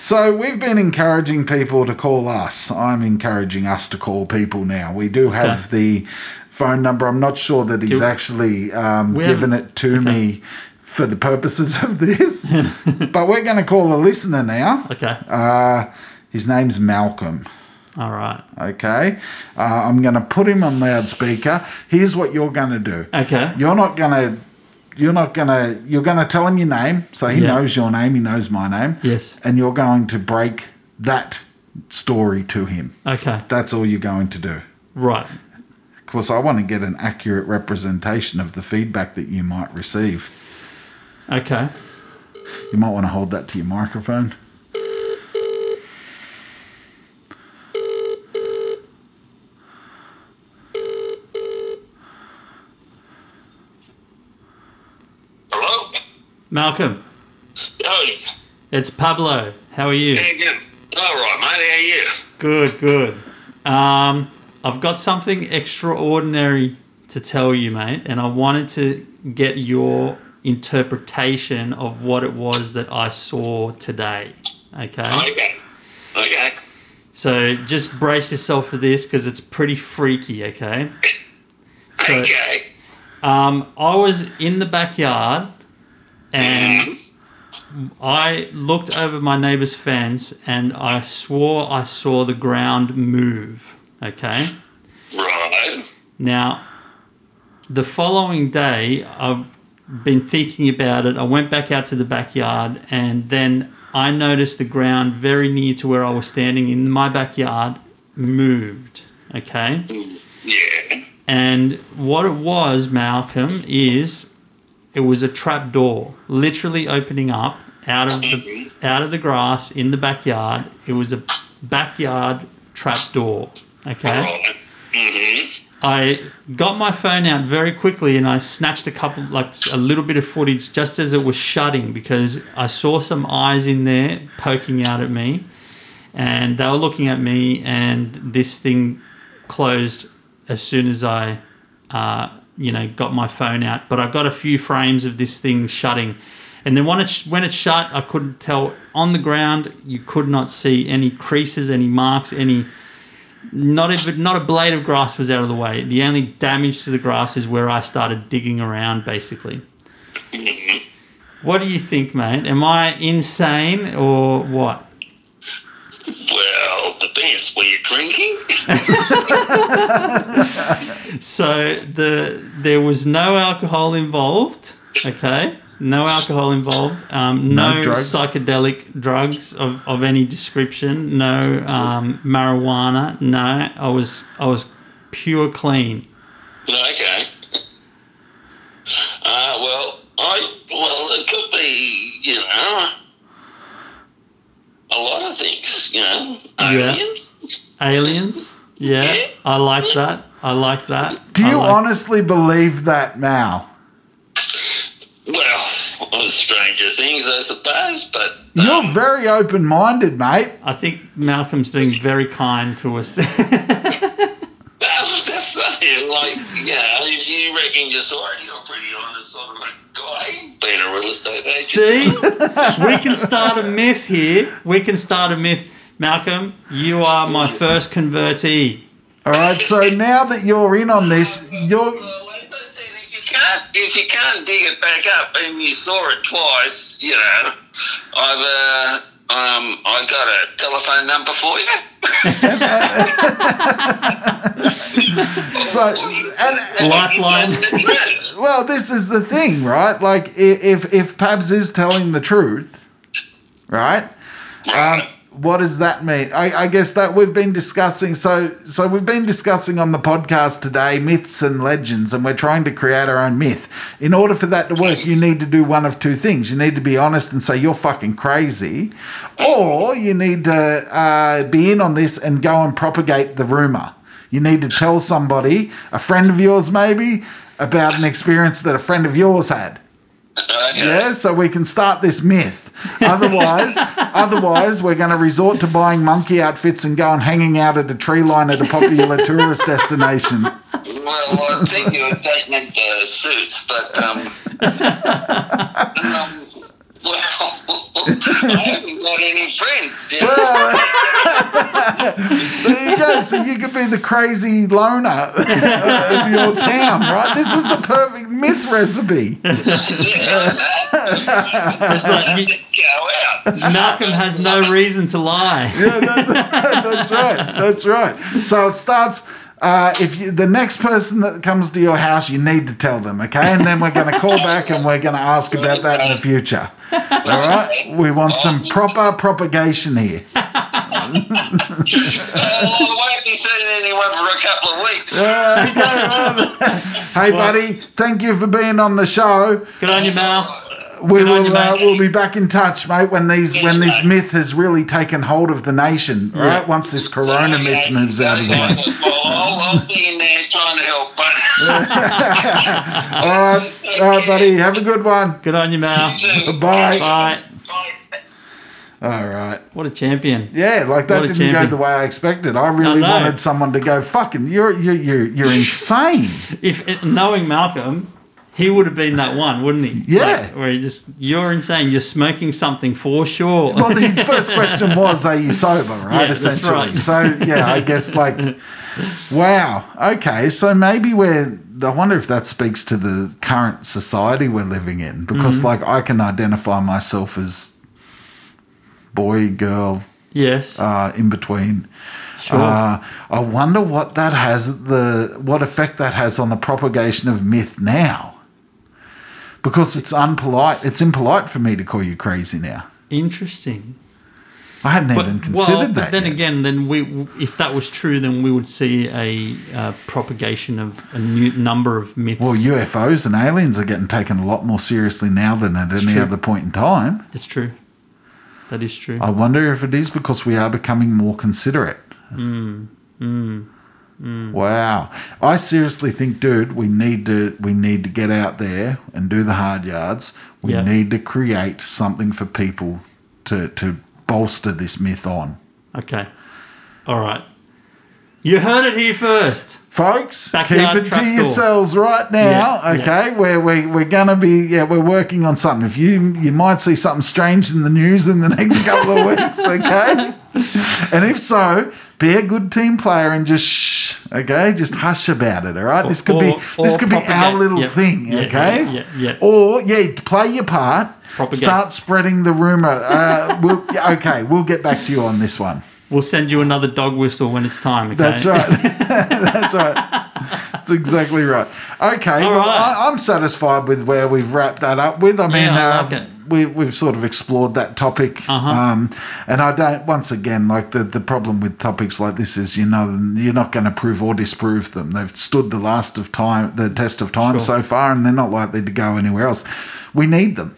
Speaker 1: so we've been encouraging people to call us. I'm encouraging us to call people now. We do have the phone number. I'm not sure that he's actually um,
Speaker 2: We
Speaker 1: given
Speaker 2: haven't-
Speaker 1: it to me for the purposes of this, but we're going to call a listener now.
Speaker 2: okay
Speaker 1: Uh, his name's Malcolm.
Speaker 2: All right.
Speaker 1: Okay, uh, I'm going to put him on loudspeaker. Here's what you're going to do.
Speaker 2: Okay.
Speaker 1: You're not going to. You're not going to. You're going to tell him your name, so he
Speaker 2: Yeah.
Speaker 1: knows your name. He knows my name.
Speaker 2: Yes.
Speaker 1: And you're going to break that story to him.
Speaker 2: Okay.
Speaker 1: That's all you're going to do.
Speaker 2: Right.
Speaker 1: Of course, I want to get an accurate representation of the feedback that you might receive.
Speaker 2: Okay.
Speaker 1: You might want to hold that to your microphone.
Speaker 4: Hello?
Speaker 2: Malcolm,
Speaker 4: Howdy.
Speaker 2: it's Pablo. How are you?
Speaker 4: How you doing? All right, mate. How you?
Speaker 2: Good, good. Um, I've got something extraordinary to tell you, mate, and I wanted to get your interpretation of what it was that I saw today. Okay?
Speaker 4: Okay. Okay.
Speaker 2: So just brace yourself for this because it's pretty freaky, okay? So
Speaker 4: Okay.
Speaker 2: um, I was in the backyard and I looked over my neighbor's fence and I swore I saw the ground move, okay?
Speaker 4: Right.
Speaker 2: Now, the following day, I've been thinking about it. I went back out to the backyard and then I noticed the ground very near to where I was standing in my backyard moved. Okay.
Speaker 4: Yeah.
Speaker 2: And what it was, Malcolm, is it was a trap door literally opening up out of the out of the grass in the backyard. It was a backyard trap door. Okay.
Speaker 4: Right. Mm-hmm.
Speaker 2: I got my phone out very quickly and I snatched a couple, like a little bit of footage just as it was shutting because I saw some eyes in there poking out at me and they were looking at me and this thing closed as soon as I, uh, you know, got my phone out. But I got a few frames of this thing shutting. And then when it, sh- when it shut, I couldn't tell on the ground, you could not see any creases, any marks, any not even not a blade of grass was out of the way. The only damage to the grass is where I started digging around, basically.
Speaker 4: Mm-hmm.
Speaker 2: What do you think, mate? Am I insane or what?
Speaker 4: Well, depends. Were you drinking?
Speaker 2: So the there was no alcohol involved. Okay, no alcohol involved. Um,
Speaker 1: No
Speaker 2: no
Speaker 1: drugs?
Speaker 2: psychedelic drugs of, of any description. No um, marijuana. No, I was I was pure clean.
Speaker 4: okay. Uh, well, I, well, it could be, you know, a lot of things, you know.
Speaker 2: Yeah.
Speaker 4: Aliens?
Speaker 2: Aliens. Yeah, I like that. I like that.
Speaker 1: Do
Speaker 2: I
Speaker 1: you
Speaker 2: like-
Speaker 1: honestly believe that, Mal?
Speaker 4: Well, stranger things, I suppose, but. um,
Speaker 1: You're very open minded, mate.
Speaker 2: I think Malcolm's being very kind to us.
Speaker 4: I was just saying, like, yeah, if you reckon you're sorry, you're a pretty honest sort of a guy, being a real estate agent.
Speaker 2: See, we can start a myth here. We can start a myth. Malcolm, you are my first convertee.
Speaker 1: All right, so now that you're in on this, you're.
Speaker 4: Well, as I said, if you can't, if you can't dig it back up and you saw it twice, you know, I've uh, um, I got a telephone number for you.
Speaker 1: So, and,
Speaker 2: Lifeline.
Speaker 1: well, this is the thing, right? Like, i- if, if Pabs is telling the truth, right? Um, what does that mean? I, I guess that we've been discussing. So, so we've been discussing on the podcast today myths and legends, and we're trying to create our own myth. In order for that to work, you need to do one of two things. You need to be honest and say you're fucking crazy, or you need to uh, be in on this and go and propagate the rumor. You need to tell somebody, a friend of yours maybe, about an experience that a friend of yours had. Yeah, so we can start this myth. Otherwise, otherwise we're going to resort to buying monkey outfits and going hanging out at a tree line at a popular tourist destination.
Speaker 4: Well, I think you were taking uh, suits, but um, um well, I haven't got any friends. You know?
Speaker 1: Well, there you go. So you could be the crazy loner of your town, right? This is the perfect myth recipe.
Speaker 2: It's like he-
Speaker 4: Go out. Uh,
Speaker 2: Malcolm has no reason to lie.
Speaker 1: Yeah, that- that's right. That's right. So it starts. Uh, if you, the next person that comes to your house, you need to tell them, okay? And then we're going to call back and we're going to ask about that in the future. All right? We want some proper propagation here.
Speaker 4: Well, I won't be seeing anyone for a couple of weeks.
Speaker 1: Hey, buddy, thank you for being on the show.
Speaker 2: Good on you, Mal.
Speaker 1: We
Speaker 2: Good on you,
Speaker 1: will uh,
Speaker 2: mate.
Speaker 1: we'll be back in touch, mate, when these when this
Speaker 4: mate.
Speaker 1: myth has really taken hold of the nation, all right? Once this corona myth
Speaker 4: Okay.
Speaker 1: moves out of the way.
Speaker 4: Well, I'll, I'll be in there trying to help, but
Speaker 1: All right, all right, buddy, have a good one.
Speaker 2: Good on you, Mal.
Speaker 1: Bye.
Speaker 2: Bye.
Speaker 4: Bye.
Speaker 1: All right.
Speaker 2: What a champion.
Speaker 1: Yeah, like that
Speaker 2: What a
Speaker 1: didn't go
Speaker 2: champion.
Speaker 1: the way I expected. I really
Speaker 2: I know.
Speaker 1: wanted someone to go, fucking, you're you're you're, you're insane.
Speaker 2: If knowing Malcolm, he would have been that one, wouldn't he?
Speaker 1: Yeah.
Speaker 2: Like, where he just you're insane. You're smoking something for sure.
Speaker 1: well, his first question was, "Are you sober?" Right,
Speaker 2: Yeah, that's
Speaker 1: essentially.
Speaker 2: right.
Speaker 1: So yeah, I guess like, wow, okay, so maybe we're. I wonder if that speaks to the current society we're living in, because
Speaker 2: Mm-hmm.
Speaker 1: like I can identify myself as boy, girl,
Speaker 2: yes.
Speaker 1: uh, in between.
Speaker 2: sure.
Speaker 1: Uh, I wonder what that has the what effect that has on the propagation of myth now. Because it's unpolite, it's impolite for me to call you crazy now.
Speaker 2: Interesting.
Speaker 1: I hadn't
Speaker 2: But,
Speaker 1: even
Speaker 2: well,
Speaker 1: considered
Speaker 2: but
Speaker 1: that.
Speaker 2: then
Speaker 1: yet.
Speaker 2: again, then we if that was true, then we would see a uh, propagation of a new number of myths.
Speaker 1: well, UFOs and aliens are getting taken a lot more seriously now than at any
Speaker 2: true.
Speaker 1: other point in time.
Speaker 2: It's true. That is true.
Speaker 1: I wonder if it is because we are becoming more considerate. Wow. I seriously think, dude, we need to we need to get out there and do the hard yards. We
Speaker 2: Yeah.
Speaker 1: need to create something for people to to bolster this myth on.
Speaker 2: Okay. All right. You heard it here first.
Speaker 1: Folks,
Speaker 2: Backyard
Speaker 1: keep it to
Speaker 2: trapdoor.
Speaker 1: yourselves right now,
Speaker 2: Yeah, yeah.
Speaker 1: okay? Where we we're gonna be yeah, we're working on something. If you you might see something strange in the news in the next couple of weeks, okay? And if so, be a good team player and just shh, okay, just hush about it, all right? this could be
Speaker 2: Or- or
Speaker 1: this could be our
Speaker 2: propagate.
Speaker 1: little
Speaker 2: Yeah,
Speaker 1: thing,
Speaker 2: yeah,
Speaker 1: okay?
Speaker 2: yeah, yeah, yeah.
Speaker 1: Or yeah, play your part.
Speaker 2: Propagate.
Speaker 1: Start spreading the rumor. Uh, we'll, yeah, okay, we'll get back to you on this one.
Speaker 2: We'll send you another dog whistle when it's time. Okay?
Speaker 1: That's right. That's right. That's exactly right. Okay,
Speaker 2: All
Speaker 1: well,
Speaker 2: right.
Speaker 1: I, I'm satisfied with where we've wrapped that up with. I mean,
Speaker 2: I
Speaker 1: uh,
Speaker 2: like it.
Speaker 1: we, we've sort of explored that topic.
Speaker 2: Uh-huh.
Speaker 1: Um, and I don't, once again, like the, the problem with topics like this is, you know, you're not going to prove or disprove them. They've stood the last of time, the test of time
Speaker 2: Sure.
Speaker 1: so far, and they're not likely to go anywhere else. We need them.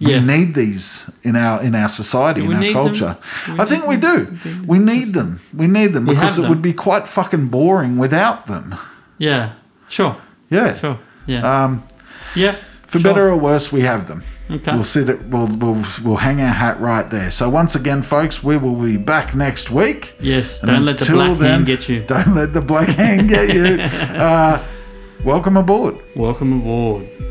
Speaker 2: Yeah.
Speaker 1: We need these in our in our society,
Speaker 2: we
Speaker 1: in our
Speaker 2: need
Speaker 1: culture.
Speaker 2: them? Do we
Speaker 1: I think
Speaker 2: need
Speaker 1: we do. We need them. We need them
Speaker 2: We have
Speaker 1: because it
Speaker 2: them.
Speaker 1: would be quite fucking boring without them.
Speaker 2: yeah. Sure.
Speaker 1: Yeah.
Speaker 2: Sure. Yeah. Um, yeah.
Speaker 1: For
Speaker 2: sure.
Speaker 1: better or worse, we have them.
Speaker 2: Okay.
Speaker 1: We'll sit it. We'll, we'll we'll hang our hat right there. So once again, folks, we will be back next week.
Speaker 2: Yes.
Speaker 1: And
Speaker 2: Don't let the
Speaker 1: until
Speaker 2: black
Speaker 1: then,
Speaker 2: hand get you.
Speaker 1: Don't let the black hand get you. uh, welcome aboard.
Speaker 2: Welcome aboard.